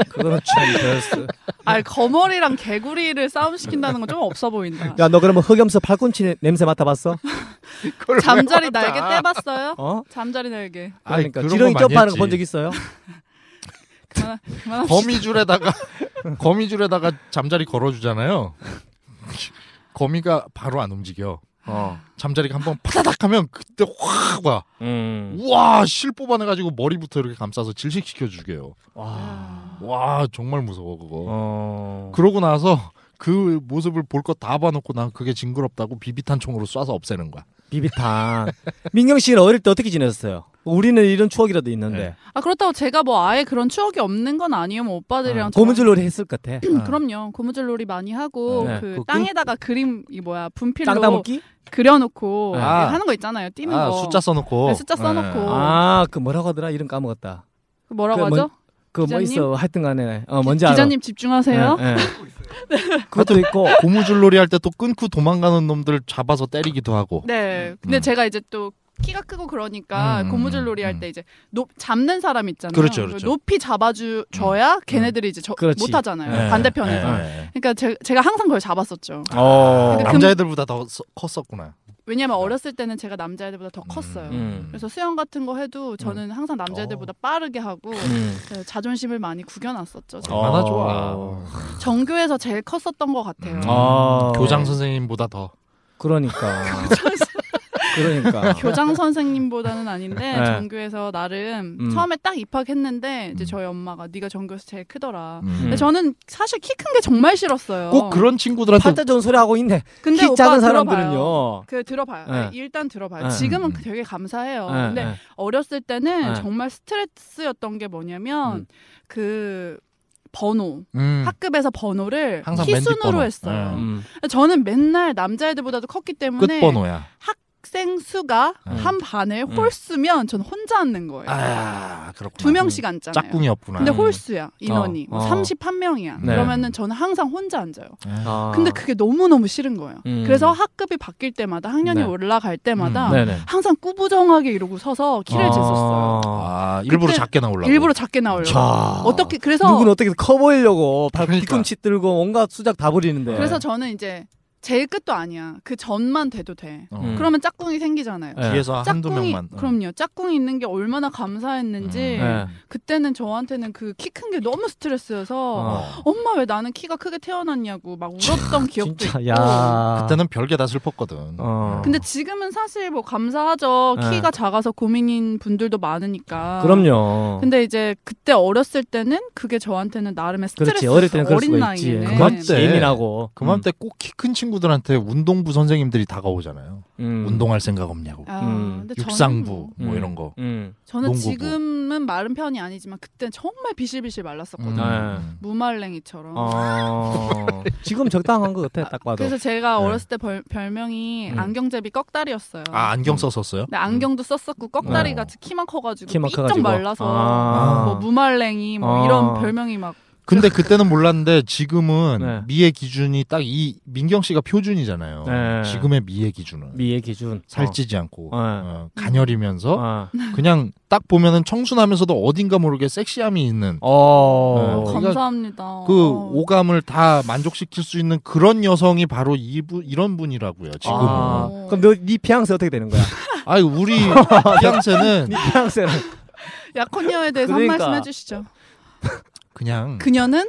C: 그거는 참.
D: 아 거머리랑 개구리를 싸움 시킨다는 건 좀 없어 보인다.
C: 야너 그러면 흑염소 팔꿈치 내- 냄새 맡아봤어?
D: 잠자리 날개 떼봤어요?
C: 어?
D: 잠자리 날개.
A: 아이,
C: 그러니까
A: 그런
C: 지렁이
A: 건 많이
C: 점프하는
A: 했지.
C: 거 본 적 있어요?
D: 그만, 그만.
A: 거미줄에다가 거미줄에다가 잠자리 걸어주잖아요. 거미가 바로 안 움직여.
C: 어.
A: 잠자리가 한번 파다닥 하면 그때 확 와.
C: 음.
A: 우와 실 뽑아내가지고 머리부터 이렇게 감싸서 질식시켜 죽여요.
C: 와.
A: 와 정말 무서워 그거.
C: 어.
A: 그러고 나서 그 모습을 볼 거 다 봐놓고 난 그게 징그럽다고 비비탄 총으로 쏴서 없애는 거야.
C: 비비탄. 민경 씨는 어릴 때 어떻게 지냈어요? 우리는 이런 추억이라도
A: 네.
C: 있는데.
D: 아 그렇다고 제가 뭐 아예 그런 추억이 없는 건 아니에요. 뭐 오빠들이랑
C: 어,
D: 저랑-
C: 고무줄놀이 했을 것 같아.
A: 아.
D: 그럼요. 고무줄놀이 많이 하고
C: 네.
D: 그
A: 그
D: 땅에다가 그림 이 뭐야 분필로
C: 땅 따먹기?
D: 그려놓고
A: 아.
D: 이렇게 하는 거 있잖아요. 뛰는
A: 아
D: 거.
A: 숫자 써놓고.
D: 네, 숫자 써놓고.
A: 네.
C: 아, 그 뭐라고 하더라? 이름 까먹었다.
D: 그 뭐라고
C: 그 뭔-
D: 하죠?
C: 그 뭐
D: 기자님?
C: 있어? 하여튼 간에. 어, 뭔지 알아.
D: 기자님 집중하세요. 네.
C: 예, 예. 그것도 있고.
A: 고무줄놀이 할 때 또 끊고 도망가는 놈들 잡아서 때리기도 하고.
D: 네. 근데
A: 음.
D: 제가 이제 또 키가 크고 그러니까
A: 음,
D: 고무줄놀이 할
A: 음.
D: 때 이제 높 잡는 사람 있잖아요.
A: 그렇죠, 그렇죠.
D: 높이 잡아주 줘야 걔네들이 이제 저,
C: 그렇지.
D: 못 하잖아요.
A: 네.
D: 반대편에서.
A: 네, 네, 네.
D: 그러니까 제, 제가 항상 그걸 잡았었죠.
C: 어.
D: 근데 그-
A: 남자애들보다 더 서- 컸었구나.
D: 왜냐면 어렸을 때는 제가 남자애들보다 더 컸어요.
C: 음.
D: 그래서 수영 같은 거 해도 저는 항상 남자애들보다
C: 어.
D: 빠르게 하고
C: 음.
D: 네, 자존심을 많이 구겨놨었죠.
A: 어. 얼마나
C: 어.
A: 좋아.
D: 전교에서 제일
C: 음.
D: 컸었던 것 같아요.
A: 음.
C: 아.
A: 교장 선생님보다 더.
D: 그렇죠.
C: 그러니까. 그러니까.
D: 교장 선생님보다는 아닌데
C: 네.
D: 전교에서 나름
C: 음.
D: 처음에 딱 입학했는데 이제
A: 음.
D: 저희 엄마가 네가 전교에서 제일 크더라.
A: 음.
D: 근데 저는 사실 키 큰 게 정말 싫었어요.
A: 꼭 그런 친구들한테
C: 팔자 좋은 소리 하고 있네.
D: 근데
C: 키
D: 오빠
C: 작은
D: 들어봐요.
C: 사람들은요.
D: 그 들어봐요.
C: 네.
D: 일단 들어봐요.
C: 네.
D: 지금은 그
A: 음.
D: 되게 감사해요. 네.
C: 예,
D: 근데
C: 예.
D: 어렸을 때는
C: 네.
D: 정말 스트레스였던 게 뭐냐면
C: 음.
D: 그 번호
A: 음.
D: 학급에서 번호를
A: 항상 맨
D: 키순으로
A: 뒷번호.
D: 했어요.
C: 음.
D: 저는 맨날 남자애들보다도 컸기 때문에
A: 끝번호야.
D: 학생 수가
A: 음.
D: 한 반에
C: 음.
D: 홀수면 전 혼자 앉는 거예요.
A: 아 그렇구나.
D: 두 명씩 앉잖아요.
A: 짝꿍이었구나.
D: 근데
C: 음.
D: 홀수야 인원이
C: 어.
D: 31명이야.
C: 네.
D: 그러면은 저는 항상 혼자 앉아요.
C: 아.
D: 근데 그게 너무 너무 싫은 거예요.
C: 음.
D: 그래서 학급이 바뀔 때마다 학년이
C: 네.
D: 올라갈 때마다
A: 음.
C: 네네.
D: 항상 꾸부정하게 이러고 서서 키를 쟀었어요.
C: 아.
A: 아 일부러
D: 그때
A: 작게 나오려고.
D: 일부러 작게 나오려고.
C: 자.
D: 어떻게 그래서
C: 누군 어떻게 커 보이려고 발
A: 그러니까.
C: 뒤꿈치 들고 온갖 수작 다 부리는데.
D: 그래서 저는 이제 제일 끝도 아니야. 그 전만 돼도 돼.
A: 어.
C: 음.
D: 그러면 짝꿍이 생기잖아요.
C: 예.
A: 뒤에서 한두
D: 짝꿍이
A: 명만. 어.
D: 그럼요. 짝꿍이 있는 게 얼마나 감사했는지
A: 음.
C: 예.
D: 그때는 저한테는 그 키 큰 게 너무 스트레스여서
C: 어.
D: 엄마 왜 나는 키가 크게 태어났냐고 막 울었던 기억도
C: 진짜
D: 있고.
C: 야.
A: 그때는 별게 다 슬펐거든.
C: 어.
D: 근데 지금은 사실 뭐 감사하죠.
C: 네.
D: 키가 작아서 고민인 분들도 많으니까.
C: 그럼요.
D: 아. 근데 이제 그때 어렸을 때는 그게 저한테는 나름의 스트레스.
C: 그렇지 어릴 때는 그럴
D: 어린
C: 수가 있지.
D: 나이에는. 네.
A: 그건 진짜
C: 예민하고.
A: 그맘때 꼭 키 큰 친구들한테 운동부 선생님들이 다가오잖아요.
C: 음.
A: 운동할 생각 없냐고.
D: 아,
C: 음.
D: 근데 저는
A: 육상부
D: 뭐-
A: 뭐
C: 음.
A: 이런 거.
C: 음.
D: 저는
A: 농구부.
D: 지금은 마른 편이 아니지만 그때 정말 비실비실 말랐었거든요.
A: 음.
C: 네.
D: 무말랭이처럼.
A: 아.
C: 어. 지금 적당한 것 같아 딱 봐도.
D: 그래서 제가
C: 네.
D: 어렸을 때 벌- 별명이
C: 음.
D: 안경제비 꺽다리였어요.
A: 아 안경 썼었어요?
D: 근데 안경도 썼었고 꺽다리
A: 어.
D: 같이 키만 커가지고
C: 네. 키만
D: 삐쩍
C: 커가지고.
D: 말라서
C: 아.
D: 뭐 무말랭이 뭐
C: 아.
D: 이런 별명이 막
A: 근데 그때는 몰랐는데 지금은
C: 네.
A: 미의 기준이 딱 이 민경 씨가 표준이잖아요.
C: 네.
A: 지금의 미의 기준은
C: 미의 기준.
A: 살찌지 않고
C: 네.
A: 어,
C: 어.
A: 가녀리면서
C: 어.
A: 그냥 딱 보면은 청순하면서도 어딘가 모르게 섹시함이 있는
C: 어.
A: 네.
D: 감사합니다.
A: 그
D: 어.
A: 오감을 다 만족시킬 수 있는 그런 여성이 바로 이분 이런 분이라고요. 지금은
C: 아,
A: 아,
D: 지금은.
C: 그럼 너, 네 피앙스 어떻게 되는 거야?
A: 니 우리 피앙세는
C: 네 피앙스는
D: 약혼녀에 대해서
C: 그러니까.
D: 한 말씀 해주시죠.
A: 그냥
D: 그녀는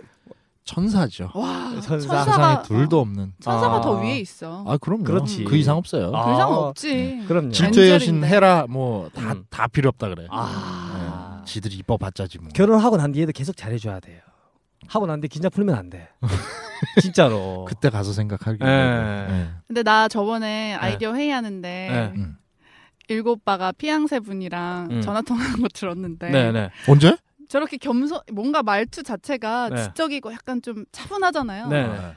A: 천사죠.
D: 와
C: 천사.
A: 세상에
D: 천사가
A: 둘도 없는.
D: 천사가
C: 아.
D: 더 위에 있어.
A: 아 그럼요.
C: 그렇지.
A: 그 이상 없어요.
C: 아.
D: 그 이상 은 없지.
C: 그럼요.
A: 질투의 여신
D: 엔젤인데.
A: 헤라 뭐 다 다
C: 음.
A: 필요 없다 그래.
C: 아.
A: 네. 지들이 이뻐봤자지 뭐.
C: 결혼하고 난 뒤에도 계속 잘해줘야 돼요. 하고 난 뒤에 긴장 풀면 안 돼. 진짜로.
A: 그때 가서 생각하기로.
C: 예.
A: 예.
D: 근데 나 저번에 아이디어 회의하는데
C: 네.
A: 음.
D: 일곱바가 피앙세 분이랑
C: 음.
D: 전화 통화한 거 들었는데
C: 네네.
A: 언제?
D: 저렇게 겸손 뭔가 말투 자체가
C: 네.
D: 지적이고 약간 좀 차분하잖아요.
C: 네.
A: 아.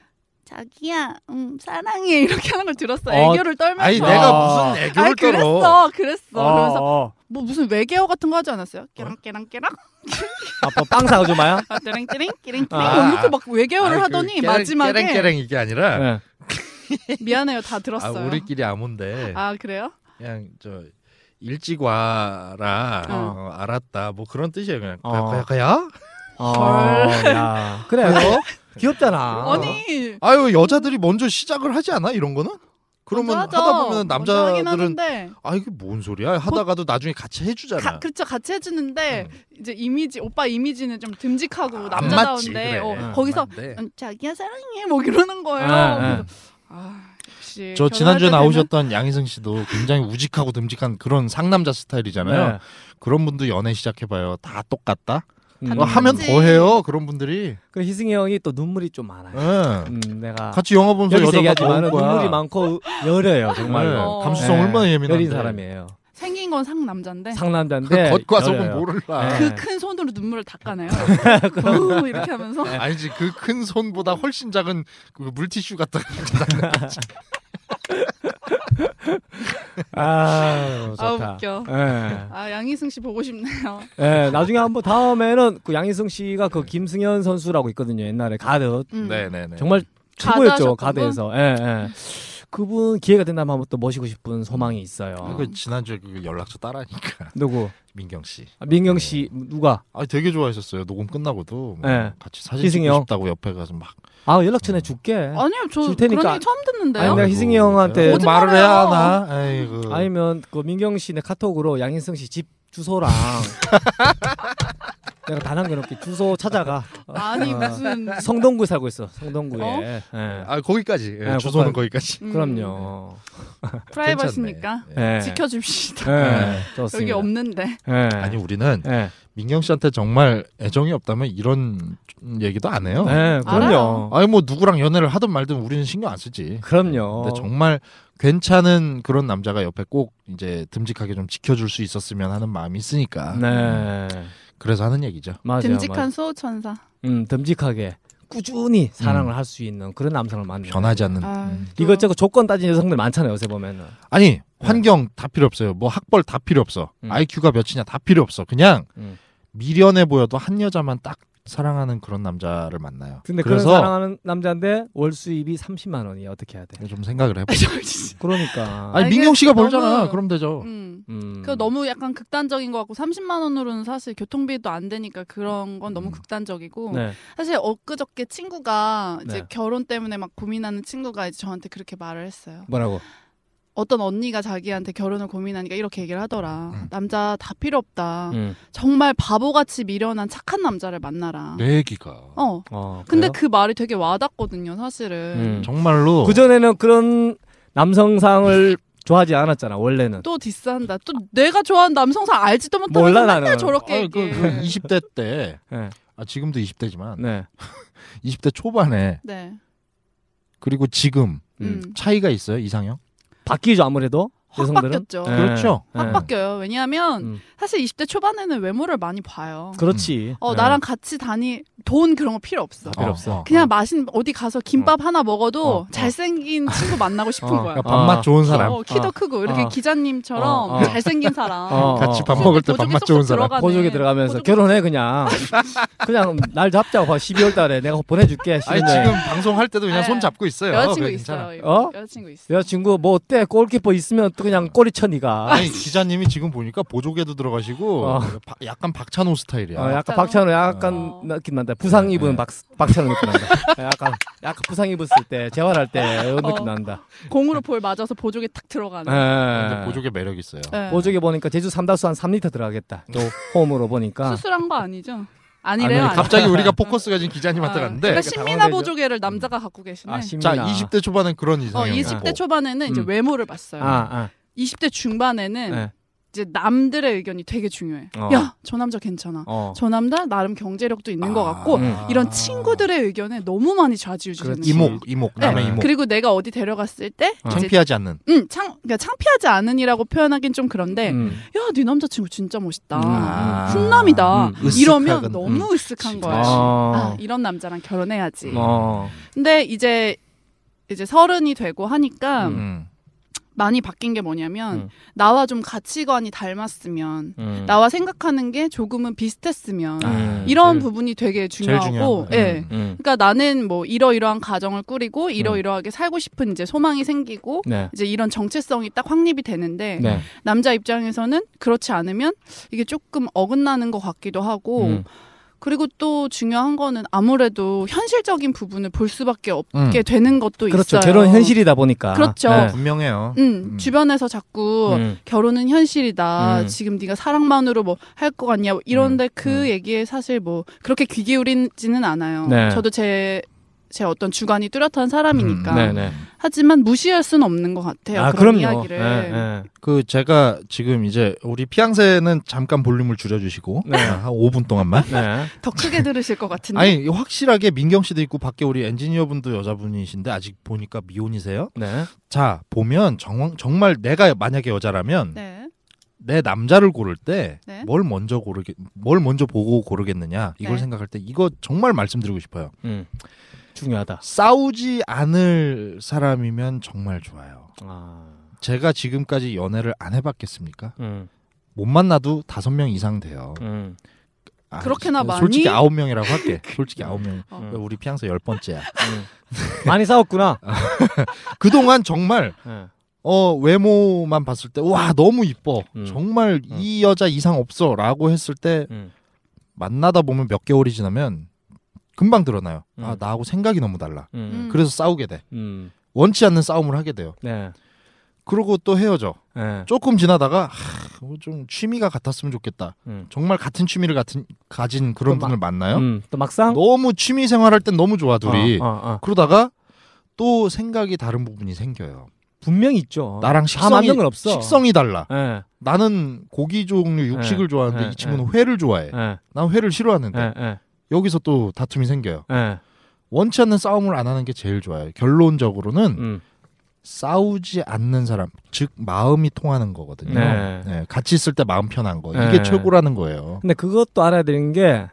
D: 자기야, 음, 사랑해 이렇게 하는 걸 들었어.
C: 어,
D: 애교를 떨면서.
A: 아니
C: 아.
A: 내가 무슨 애교를
D: 아니,
A: 떨어?
D: 그랬어, 그랬어. 그러면서
C: 어.
D: 뭐 무슨 외계어 같은 거 하지 않았어요? 깨랑깨랑깨랑,
C: 아빠 뭐 빵 사가줘 마야.
D: 아, 떼랭떼랭, 깨랭깨랭
C: 아.
D: 이렇게 막 외계어를
A: 아니, 그
D: 하더니
A: 깨랭-
D: 마지막에
A: 깨랭깨랭 이게 아니라
C: 네.
D: 미안해요, 다
A: 아,
D: 들었어요. 아,
A: 우리끼리 아몬데
D: 그래요?
A: 그냥 저 일찍 와라
D: 어.
A: 어, 알았다 뭐 그런 뜻이에요 그냥
C: 어.
A: 가야가야
C: 어, 야. 그래. 요 귀엽잖아. 네,
D: 아니
A: 아유 여자들이 먼저 시작을 하지 않아 이런 거는 그러면
D: 먼저 하죠.
A: 하다 보면
D: 먼저 하긴
A: 남자들은
D: 하는데.
A: 아 이게 뭔 소리야 하다가도 나중에 같이 해주잖아
D: 가- 그렇죠 같이 해주는데
A: 음.
D: 이제 이미지 오빠 이미지는 좀 듬직하고
A: 안 맞지,
D: 남자다운데
A: 그래.
D: 어,
A: 응,
D: 거기서
A: 맞는데.
D: 음, 자기야 사랑해 뭐 이러는 거예요.
C: 네,
D: 그래서
C: 네.
D: 아, 역시
A: 저
D: 결혼할 때
A: 지난주에
D: 되면
A: 나오셨던 양희승 씨도 굉장히 우직하고 듬직한 그런 상남자 스타일이잖아요.
C: 네.
A: 그런 분도 연애 시작해봐요. 다 똑같다.
C: 음.
A: 뭐 하면 더 해요. 그런 분들이.
C: 그 희승이 형이 또 눈물이 좀 많아요.
A: 예.
C: 음, 내가
A: 같이 영화 보면서
C: 여기서
A: 여자가
C: 얘기하지만
A: 나온 거야.
C: 눈물이 많고 여려요 정말.
A: 네.
C: 로
D: 어.
A: 감수성 얼마나 예민한데. 그
C: 여린 사람이에요.
D: 생긴 건 상남자인데
C: 상남자인데
A: 겉과
C: 여려요.
A: 속은 모를라.
C: 네.
D: 그 큰 손으로 눈물을 닦아내요. 우 이렇게 하면서
C: 네.
A: 아니지 그 큰 손보다 훨씬 작은 그 물티슈 같은.
C: 아 좋다.
D: 아, 웃겨.
C: 예.
D: 아 양희승 씨 보고 싶네요.
C: 예, 나중에 한번 다음에는 그 양희승 씨가 그 김승현 선수라고 있거든요. 옛날에 가드
D: 음.
A: 네네네.
C: 정말
D: 가드 하셨던
C: 최고였죠
D: 분?
C: 가드에서. 예, 예. 그분 기회가 된다면 한번 또 모시고 싶은 소망이 있어요.
A: 그 지난주에 그 연락처 따라니까
C: 누구?
A: 민경 씨.
C: 아, 민경 씨 누가?
A: 아 되게 좋아하셨어요. 녹음 끝나고도 뭐
C: 네.
A: 같이 사진
C: 희승이
A: 찍고
C: 형.
A: 싶다고 옆에 가서 막
C: 아 연락처내 줄게.
D: 아니요 저
C: 줄 테니까.
D: 그런 얘기 처음
C: 아니,
D: 듣는데요.
C: 내가 희승이 형한테
A: 뭐 말을
D: 거짓말해요.
A: 해야 하나? 아이고.
C: 아니면 그 민경 씨네 카톡으로 양희승 씨 집 주소랑 내가 단 한 개 넘게 주소 찾아가. 어,
D: 아니
C: 어,
D: 무슨 음,
C: 성동구에 살고 있어. 성동구에.
D: 어?
C: 예.
A: 아 거기까지 예,
C: 아,
A: 주소는
C: 거기까지.
A: 거기까지.
D: 음,
C: 그럼요.
D: 프라이버시니까
A: 괜찮네.
C: 예.
D: 지켜줍시다.
C: 예.
D: 네. 여기
C: 좋습니다.
D: 없는데.
C: 예.
A: 아니 우리는
C: 예.
A: 민경 씨한테 정말 애정이 없다면 이런 얘기도 안 해요.
C: 예,
D: 알아요.
C: 그럼요.
A: 아니 뭐 누구랑 연애를 하든 말든 우리는 신경 안 쓰지.
C: 그럼요.
A: 근데 정말 괜찮은 그런 남자가 옆에 꼭 이제 듬직하게 좀 지켜줄 수 있었으면 하는 마음이 있으니까.
C: 네.
A: 그래서 하는 얘기죠.
C: 맞아요.
D: 듬직한
C: 맞아요.
D: 수호천사.
C: 음, 듬직하게 꾸준히 사랑을 할 수 있는 그런 남성을 만나.
A: 변하지 않는.
D: 아,
A: 음.
D: 또
C: 이것저것 조건 따진 여성들 많잖아요. 요새 보면은.
A: 아니 환경 다 필요 없어요. 뭐 학벌 다 필요 없어.
C: 네. 음.
A: IQ가 몇이냐 다 필요 없어. 그냥
C: 음.
A: 미련해 보여도 한 여자만 딱 사랑하는 그런 남자를 만나요.
C: 근데 그런
A: 그래서
C: 사랑하는 남자인데 월 수입이 30만 원이야. 어떻게 해야 돼?
A: 좀 생각을 해봐.
D: 저 진짜-
C: 그러니까.
A: 아니
D: 아,
A: 민경 씨가
D: 이게
A: 벌잖아.
D: 너무-
A: 그럼 되죠.
D: 음.
C: 음.
D: 그 너무 약간 극단적인 것 같고 30만 원으로는 사실 교통비도 안 되니까 그런 건 너무 극단적이고
C: 음. 네.
D: 사실 엊그저께 친구가 이제
C: 네.
D: 결혼 때문에 막 고민하는 친구가 이제 저한테 그렇게 말을 했어요.
C: 뭐라고?
D: 어떤 언니가 자기한테 결혼을 고민하니까 이렇게 얘기를 하더라.
A: 음.
D: 남자 다 필요 없다.
C: 음.
D: 정말 바보같이 미련한 착한 남자를 만나라.
A: 내 얘기가.
D: 어.
C: 어.
D: 근데
C: 네. 그래요?
D: 그 말이 되게 와닿거든요, 사실은.
C: 음.
A: 정말로
C: 그 전에는 그런 남성상을 좋아하지 않았잖아. 원래는.
D: 또 디스한다. 또 내가 좋아하는 남성상 알지도
C: 몰라,
D: 못하면서 맨날
C: 나는.
D: 저렇게
A: 아, 그,
D: 얘기해.
A: 그 20대 때
C: 음. 네.
A: 아, 지금도 20대지만
C: 네.
A: 20대 초반에
D: 네.
A: 그리고 지금
C: 음.
D: 음.
A: 차이가 있어요 이상형?
C: 바뀌죠 아무래도
D: 확
C: 여성들은.
D: 바뀌었죠.
C: 예.
A: 그렇죠.
C: 예.
D: 확 바뀌어요. 왜냐하면
C: 음.
D: 사실 20대 초반에는 외모를 많이 봐요.
A: 음.
C: 그렇지.
D: 어,
C: 예.
A: 네.
D: 나랑 같이 다니 돈 그런 거 필요 없어.
C: 필요 없어.
D: 그냥 마신 어디 가서 김밥 하나 먹어도
C: 어, 어.
D: 잘생긴 친구 만나고 싶은
C: 어,
D: 거야.
A: 그러니까 밥맛
C: 아.
A: 좋은 사람.
D: 어, 키도
C: 어,
D: 크고 이렇게
C: 어.
D: 기자님처럼
C: 어, 어.
D: 잘생긴 사람.
C: 어,
A: 같이
C: 어.
A: 밥 먹을 때
D: 보조개
A: 밥맛
D: 쏙쏙
A: 좋은 사람.
D: 들어가네.
C: 보조개 들어가면서
D: 보조개-
C: 결혼해 그냥 그냥 날 잡자고 봐 12월 달에 내가 보내줄게
A: 아니
C: 신혼여행
A: 지금 방송할 때도
C: 아,
A: 그냥
D: 네.
A: 손 잡고 있어요.
D: 여자친구
A: 그래, 괜찮아.
D: 있어요. 이거.
C: 어?
D: 여자친구 있어.
C: 여자친구 뭐 어때 골키퍼 있으면 또 그냥 꼬리 쳐 니가
A: 아니 기자님이 지금 보니까 보조개도 들어가시고
C: 어.
A: 바- 약간 박찬호 스타일이야.
C: 어, 약간
D: 박찬호.
C: 박찬호 약간
D: 어.
C: 느낌 난다 부상 입은
A: 네.
C: 박, 박찬호 느낌 난다 어, 약간 약간 부상 입었을 때 재활할 때 이런 느낌
D: 어.
C: 난다
D: 공으로 볼 맞아서 보조개 탁 들어가는.
A: 네. 근데
C: 예.
A: 보조개 매력 있어요.
D: 네.
C: 보조개 보니까 제주 삼다수 한 3리터 들어가겠다 또 홈으로 보니까
D: 수술한 거 아니죠? 아니래요.
C: 아니,
A: 갑자기 우리가 포커스가 지금 기자님한테
D: 아,
A: 갔는데
D: 그러니까
C: 그러니까
D: 신미나
C: 당황되죠.
D: 보조개를 남자가 갖고 계시네.
C: 아
A: 자
C: 신민아
A: 20대 초반엔 그런
D: 어,
A: 이상형.
D: 20대 초반에는 이제
C: 음.
D: 외모를 봤어요.
C: 아아
D: 20대 중반에는 이제 남들의 의견이 되게 중요해.
C: 어.
D: 야, 저 남자 괜찮아.
C: 어.
D: 저 남자 나름 경제력도 있는 것 같고
C: 음.
D: 아. 이런 친구들의 의견에 너무 많이 좌지우지되는
C: 그렇지.
A: 이목 이목
D: 네.
A: 남의 이목.
D: 그리고 내가 어디 데려갔을 때
C: 어.
D: 이제
A: 창피하지 않는.
D: 음, 창 그러니까 창피하지 않으니라고 표현하긴 좀 그런데
C: 음.
D: 야, 네 남자친구 진짜 멋있다. 음,
C: 아.
D: 훈남이다.
C: 음,
A: 음.
D: 이러면
A: 으쓱하거든.
D: 너무 으쓱한 거야.
A: 그렇지.
D: 아,
C: 어.
D: 이런 남자랑 결혼해야지.
C: 어.
D: 근데 이제 이제 서른이 되고 하니까
A: 음.
D: 많이 바뀐 게 뭐냐면
C: 음.
D: 나와 좀 가치관이 닮았으면
C: 음.
D: 나와 생각하는 게 조금은 비슷했으면
C: 음.
D: 이런
A: 제일-
D: 부분이 되게
A: 제일
D: 중요하고
A: 중요한 거.
D: 예.
A: 음.
C: 음.
D: 그러니까 나는 뭐 이러이러한 가정을 꾸리고 이러이러하게 살고 싶은 이제 소망이 생기고
C: 네.
D: 이제 이런 정체성이 딱 확립이 되는데
C: 네.
D: 남자 입장에서는 그렇지 않으면 이게 조금 어긋나는 것 같기도 하고
C: 음.
D: 그리고 또 중요한 거는 아무래도 현실적인 부분을 볼 수밖에 없게
A: 음.
D: 되는 것도
C: 그렇죠.
D: 있어요.
C: 결혼 현실이다 보니까.
D: 그렇죠.
C: 네.
A: 분명해요.
D: 음,
A: 음.
D: 주변에서 자꾸
C: 음.
D: 결혼은 현실이다.
C: 음.
D: 지금 네가 사랑만으로 뭐 할 거 같냐. 뭐 이런데 그
C: 음.
D: 얘기에 사실 뭐 그렇게 귀 기울이지는 않아요.
C: 네.
D: 저도 제, 제 어떤 주관이 뚜렷한 사람이니까.
A: 음,
C: 네, 네.
D: 하지만 무시할 수는 없는 것 같아요.
C: 아,
D: 아, 그런
C: 그럼요.
D: 이야기를.
C: 네, 네.
A: 그 제가 지금 이제 우리 피앙세는 잠깐 볼륨을 줄여주시고
C: 네.
A: 한 5분 동안만.
C: 네.
D: 더 크게 들으실 것 같은데.
A: 아니 확실하게 민경 씨도 있고 밖에 우리 엔지니어분도 여자분이신데 아직 보니까 미혼이세요.
C: 네.
A: 자 보면 정, 정말 내가 만약에 여자라면
D: 네.
A: 내 남자를 고를 때 뭘
D: 네.
A: 먼저 고르게 뭘 먼저 보고 고르겠느냐 이걸
D: 네.
A: 생각할 때 이거 정말 말씀드리고 싶어요.
C: 음. 중요하다.
A: 싸우지 않을 사람이면 정말 좋아요.
C: 아.
A: 제가 지금까지 연애를 안 해봤겠습니까?
C: 음.
A: 못 만나도 다섯 명 이상 돼요.
C: 음.
A: 아,
D: 그렇게나 많이?
A: 솔직히 아홉 명이라고 할게. 솔직히 아홉 명.
D: 어.
C: 음.
A: 우리 피앙스 열 번째야.
C: 음. 많이 싸웠구나.
A: 그동안 정말
C: 네.
A: 어 외모만 봤을 때 와 너무 이뻐
C: 음.
A: 정말 이 여자 이상 없어라고 했을 때
C: 음.
A: 만나다 보면 몇 개월이 지나면 금방 드러나요
C: 음.
A: 아 나하고 생각이 너무 달라
C: 음.
A: 그래서 싸우게 돼
C: 음.
A: 원치 않는 싸움을 하게 돼요
C: 네.
A: 그러고 또 헤어져
C: 네.
A: 조금 지나다가 하, 그거 좀 취미가 같았으면 좋겠다.
C: 음.
A: 정말 같은 취미를 같은 가진 그런
C: 또 막-
A: 분을 만나요.
C: 음, 또 막상
A: 너무 취미 생활할 땐 너무 좋아 둘이.
C: 어, 어, 어.
A: 그러다가 또 생각이 다른 부분이 생겨요.
C: 분명히 있죠.
A: 나랑
C: 어, 다 맞는
A: 식성이
C: 건 없어.
A: 식성이 달라.
C: 예,
A: 나는 고기 종류 육식을
C: 예,
A: 좋아하는데
C: 예,
A: 이 친구는 회를 좋아해.
C: 예,
A: 난 회를 싫어하는데
C: 예, 예,
A: 여기서 또 다툼이 생겨요.
C: 예.
A: 원치 않는 싸움을 안 하는 게 제일 좋아요. 결론적으로는
C: 음,
A: 싸우지 않는 사람, 즉 마음이 통하는 거거든요.
C: 네.
A: 네, 같이 있을 때 마음 편한 거
C: 네.
A: 이게 최고라는 거예요.
C: 어. 근데 그것도 알아야 되는 게,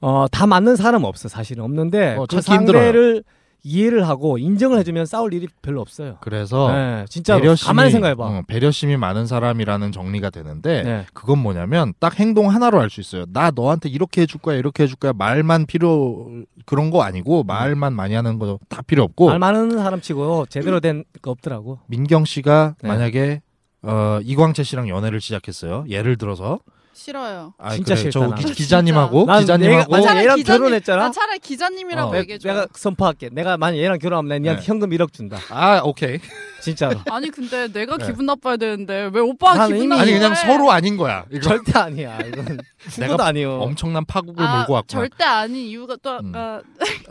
C: 어, 다 맞는 사람 없어, 사실은. 없는데,
A: 어,
C: 그
A: 찾기 힘들어요.
C: 상대를 이해를 하고 인정을 해주면 싸울 일이 별로 없어요.
A: 그래서
C: 예, 진짜로.
A: 배려심이
C: 가만히 생각해봐.
A: 어, 배려심이 많은 사람이라는 정리가 되는데
C: 네.
A: 그건 뭐냐면 딱 행동 하나로 알 수 있어요. 나 너한테 이렇게 해줄 거야, 이렇게 해줄 거야. 말만 필요 그런 거 아니고 말만 많이 하는 거 다 필요 없고
C: 말 많은 사람 치고 제대로 된 거 없더라고.
A: 민경 씨가
C: 네.
A: 만약에 어, 이광채 씨랑 연애를 시작했어요. 예를 들어서
D: 싫어요.
A: 아,
C: 진짜
A: 그래,
C: 싫다,
A: 저
C: 나는.
A: 기, 기자님하고
C: 난
A: 기자님하고
C: 내가-
D: 차라리
C: 어, 얘랑
D: 기자님-
C: 결혼했잖아?
D: 나 차라리 기자님이라고
A: 어.
C: 내-
D: 얘기해줘.
C: 내가 선포할게. 내가 만약 얘랑 결혼하면 난 얘한테
A: 네.
C: 현금 1억 준다.
A: 아 오케이
C: 진짜로.
D: 아니 근데 내가
A: 네.
D: 기분 나빠야 되는데 왜 오빠가
C: 나는
D: 기분
C: 이미-
D: 나빠?
A: 아니 그냥 서로 아닌 거야. 이거
C: 네. 절대 어. 아니야. 이건 친구도 아니요.
A: 엄청난 파국을
D: 아,
A: 몰고 왔고.
D: 절대 아닌 이유가 또
C: 음.
D: 아까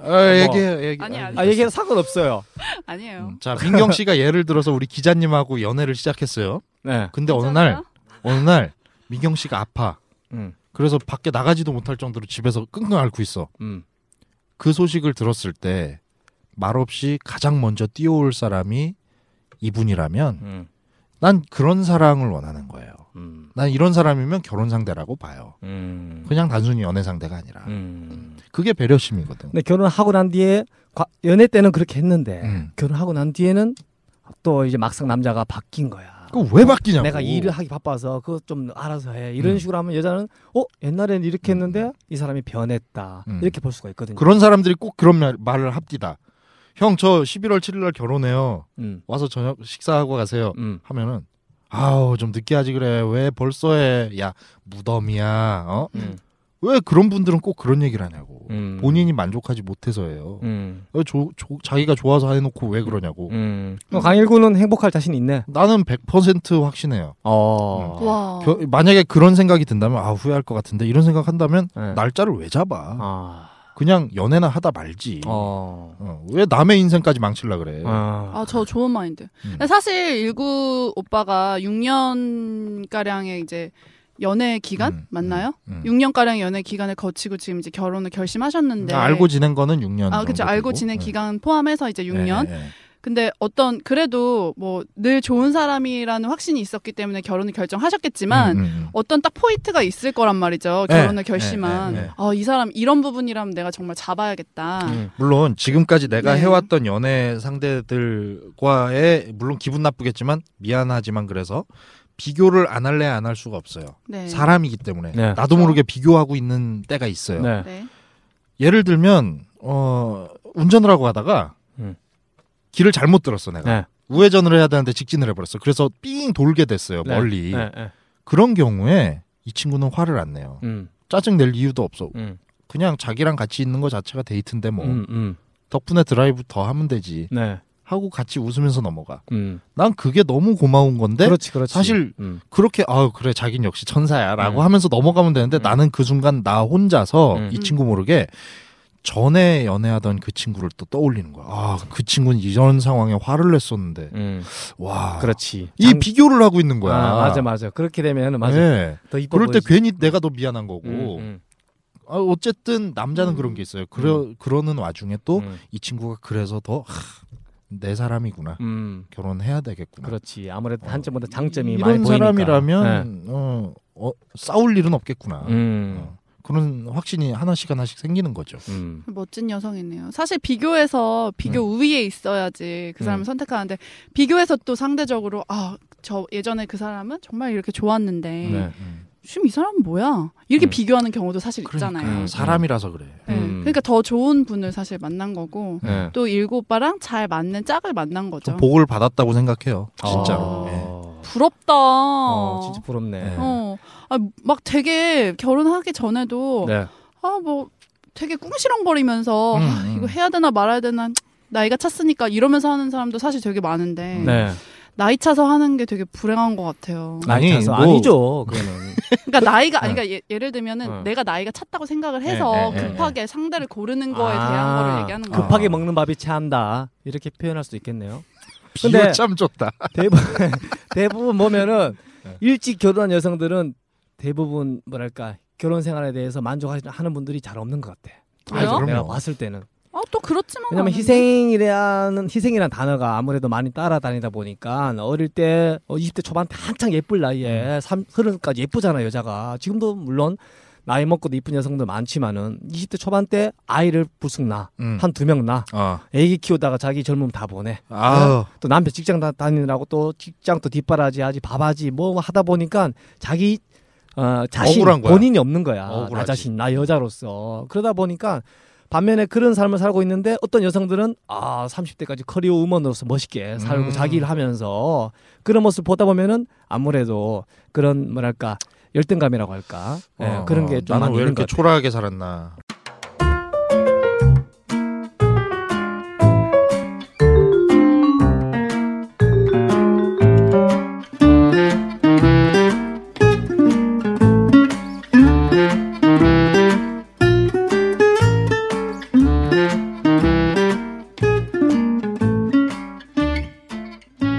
A: 아, 얘기해요, 얘기.
D: 아니, 아니.
C: 아, 얘기해서 상관없어요.
D: 아니에요.
A: 음, 자, 민경 씨가 예를 들어서 우리 기자님하고 연애를 시작했어요.
C: 네.
A: 근데 어느 날, 어느 날 민경 씨가 아파.
C: 음,
A: 그래서 밖에 나가지도 못할 정도로 집에서 끙끙 앓고 있어.
C: 음.
A: 그 소식을 들었을 때 말없이 가장 먼저 뛰어올 사람이 이분이라면
C: 음.
A: 난 그런 사랑을 원하는 거예요.
C: 음.
A: 난 이런 사람이면 결혼 상대라고 봐요.
C: 음.
A: 그냥 단순히 연애 상대가 아니라
C: 음.
A: 그게 배려심이거든.
C: 근데 결혼하고 난 뒤에 과- 연애 때는 그렇게 했는데
A: 음.
C: 결혼하고 난 뒤에는 또 이제 막상 남자가 바뀐 거야.
A: 그거 왜 바뀌냐고.
C: 어, 내가 일을 하기 바빠서 그거 좀 알아서 해. 이런
A: 음.
C: 식으로 하면 여자는 어 옛날에는 이렇게
A: 음.
C: 했는데 이 사람이 변했다
A: 음.
C: 이렇게 볼 수가 있거든요.
A: 그런 사람들이 꼭 그런 말- 말을 합디다. 형, 저 11월 7일 날 결혼해요.
C: 음.
A: 와서 저녁 식사하고 가세요.
C: 음.
A: 하면은 아우 좀 늦게 하지 그래 왜 벌써 해 야 무덤이야
C: 음.
A: 어 왜 그런 분들은 꼭 그런 얘기를 하냐고
C: 음.
A: 본인이 만족하지 못해서예요
C: 음.
A: 왜 조- 조- 자기가 좋아서 해놓고 왜 그러냐고
C: 음. 어, 강일구는 행복할 자신 있네.
A: 나는 100% 확신해요
C: 어.
D: 음. 와.
A: 겨- 만약에 그런 생각이 든다면 아 후회할 것 같은데 이런 생각 한다면
C: 네.
A: 날짜를 왜 잡아
C: 아.
A: 그냥 연애나 하다 말지
C: 어.
A: 어, 왜 남의 인생까지 망칠라 그래
C: 아.
D: 아, 저 좋은 마인드. 근데
A: 음.
D: 사실 일구 오빠가 6년 가량의 이제 연애 기간
A: 음,
D: 맞나요?
A: 음.
D: 6년 가량 연애 기간을 거치고 지금 이제 결혼을 결심하셨는데
A: 그러니까 알고 지낸 거는 6년
D: 네. 아, 그렇죠.
A: 정도
D: 알고
A: 되고.
D: 지낸
A: 네.
D: 기간 포함해서 이제 6년.
A: 예, 예, 예.
D: 근데 어떤 그래도 뭐 늘 좋은 사람이라는 확신이 있었기 때문에 결혼을 결정하셨겠지만
A: 음, 음, 음.
D: 어떤 딱 포인트가 있을 거란 말이죠.
A: 네,
D: 결혼을
A: 네,
D: 결심한.
A: 네, 네.
D: 아, 이 사람 이런 부분이라면 내가 정말 잡아야겠다.
C: 음.
A: 물론 지금까지 내가
D: 네.
A: 해왔던 연애 상대들과의 물론 기분 나쁘겠지만 미안하지만 그래서 비교를 안 할래 야 안 할 수가 없어요.
D: 네.
A: 사람이기 때문에
C: 네.
A: 나도 모르게 비교하고 있는 때가 있어요.
C: 네.
D: 네.
A: 예를 들면 어 운전을 하고 가다가
C: 음.
A: 길을 잘못 들었어 내가
C: 네.
A: 우회전을 해야 되는데 직진을 해버렸어. 그래서 삥 돌게 됐어요
C: 네.
A: 멀리.
C: 네. 네.
A: 그런 경우에 이 친구는 화를 안 내요.
C: 음.
A: 짜증 낼 이유도 없어.
C: 음.
A: 그냥 자기랑 같이 있는 거 자체가 데이트인데 뭐
C: 음. 음.
A: 덕분에 드라이브 더 하면 되지.
C: 네.
A: 하고 같이 웃으면서 넘어가.
C: 음.
A: 난 그게 너무 고마운 건데
C: 그렇지, 그렇지.
A: 네? 사실
C: 음.
A: 그렇게아 그래 자긴 역시 천사야라고
C: 음.
A: 하면서 넘어가면 되는데
C: 음.
A: 나는 그 순간 나 혼자서
C: 음.
A: 이 친구 모르게 전에 연애하던 그 친구를 또 떠올리는 거야. 아 그 친구는 이런 상황에 화를 냈었는데
C: 음.
A: 와.
C: 그렇지.
A: 이 비교를 하고 있는 거야.
C: 아, 맞아, 맞아. 그렇게 되면 맞아.
A: 예.
C: 더뭐 이뻐
A: 그럴 때
C: 보이지.
A: 괜히 내가 더 미안한 거고.
C: 음,
A: 아, 어쨌든 남자는
D: 음.
A: 그런 게 있어요. 그러 그러는 와중에 또
C: 음,
A: 이
C: 음,
A: 친구가 그래서 더 내 사람이구나.
C: 음,
A: 결혼해야 되겠구나.
C: 그렇지. 아무래도 한점보다 장점이 많이
A: 어. 이런
C: 보이니까. 네.
A: 사람이라면 어, 어, 싸울 일은 없겠구나.
C: 음,
A: 어, 그런 확신이 하나씩 하나씩 생기는 거죠.
C: 음,
D: 멋진 여성이네요. 사실 비교해서 비교 우위에 있어야지 그 사람을
C: 음.
D: 선택하는데 비교해서 또 상대적으로 아, 저 예전에 그 사람은 정말 이렇게 좋았는데
C: 네.
A: 음.
D: 지금 이 사람은 뭐야? 이렇게
C: 음.
D: 비교하는 경우도 사실
A: 그러니까
D: 있잖아요.
C: 음.
A: 사람이라서 그래.
D: 네.
C: 음.
D: 그러니까 더 좋은 분을 사실 만난 거고
C: 네.
D: 또 일구 오빠랑 잘 맞는 짝을 만난 거죠.
A: 전 복을 받았다고 생각해요.
C: 어,
A: 진짜로. 예.
D: 부럽다.
C: 어, 진짜 부럽네.
A: 네.
D: 어, 아, 막 되게 결혼하기 전에도
C: 네.
D: 아, 뭐 되게 꿍시렁거리면서
A: 음,
D: 아,
A: 음.
D: 이거 해야 되나 말아야 되나 나이가 찼으니까 이러면서 하는 사람도 사실 되게 많은데
C: 네.
D: 나이 차서 하는 게 되게 불행한 것 같아요.
C: 아니,
A: 아니, 뭐-
C: 아니죠. 그거는.
D: 그러니까 나이가
C: 네.
D: 아니 그러니까 예, 예를 들면은
C: 어.
D: 내가 나이가 찼다고 생각을
C: 네,
D: 해서
A: 예, 예, 예,
D: 급하게 상대를 고르는 거에
C: 아,
D: 대한 거를 얘기하는 거예요.
C: 급하게 먹는 밥이 체한다. 이렇게 표현할 수 있겠네요. 근데-
A: 비유 참 좋다.
C: 대부분 대부분 보면은
A: 네.
C: 일찍 결혼한 여성들은 대부분 뭐랄까 결혼 생활에 대해서 만족하는 분들이 잘 없는 것 같아.
D: 왜요?
A: 그럼요.
C: 내가 봤을 때는
D: 아또 그렇지만 뭐
C: 왜냐면
D: 않은데.
C: 희생이라는 희생이라는 단어가 아무래도 많이 따라다니다 보니까 어릴 때 어, 20대 초반 때 한창 예쁠
A: 음.
C: 나이에 삼 30까지 예쁘잖아 여자가 지금도 물론 나이 먹고도 이쁜 여성도 많지만은 20대 초반 때 아이를 불쑥
A: 음.
C: 나한 두 명 나
A: 어.
C: 애기 키우다가 자기 젊음 다 보내
A: 아,
C: 네. 또 남편 직장 다, 다니느라고 또 직장 또 뒷바라지 하지 바바지 뭐 하다 보니까 자기 어, 자신
A: 억울한 거야.
C: 본인이 없는 거야 나
A: 억울하지.
C: 자신 나 여자로서 그러다 보니까 반면에 그런 삶을 살고 있는데 어떤 여성들은 아 30대까지 커리어 우먼으로서 멋있게 살고
A: 음.
C: 자기 일 하면서 그런 모습 보다 보면은 아무래도 그런 뭐랄까 열등감이라고 할까 예,
A: 어,
C: 네, 그런
A: 어,
C: 게 좀
A: 나는
C: 많이
A: 왜
C: 있는 것
A: 이렇게
C: 같아.
A: 초라하게 살았나.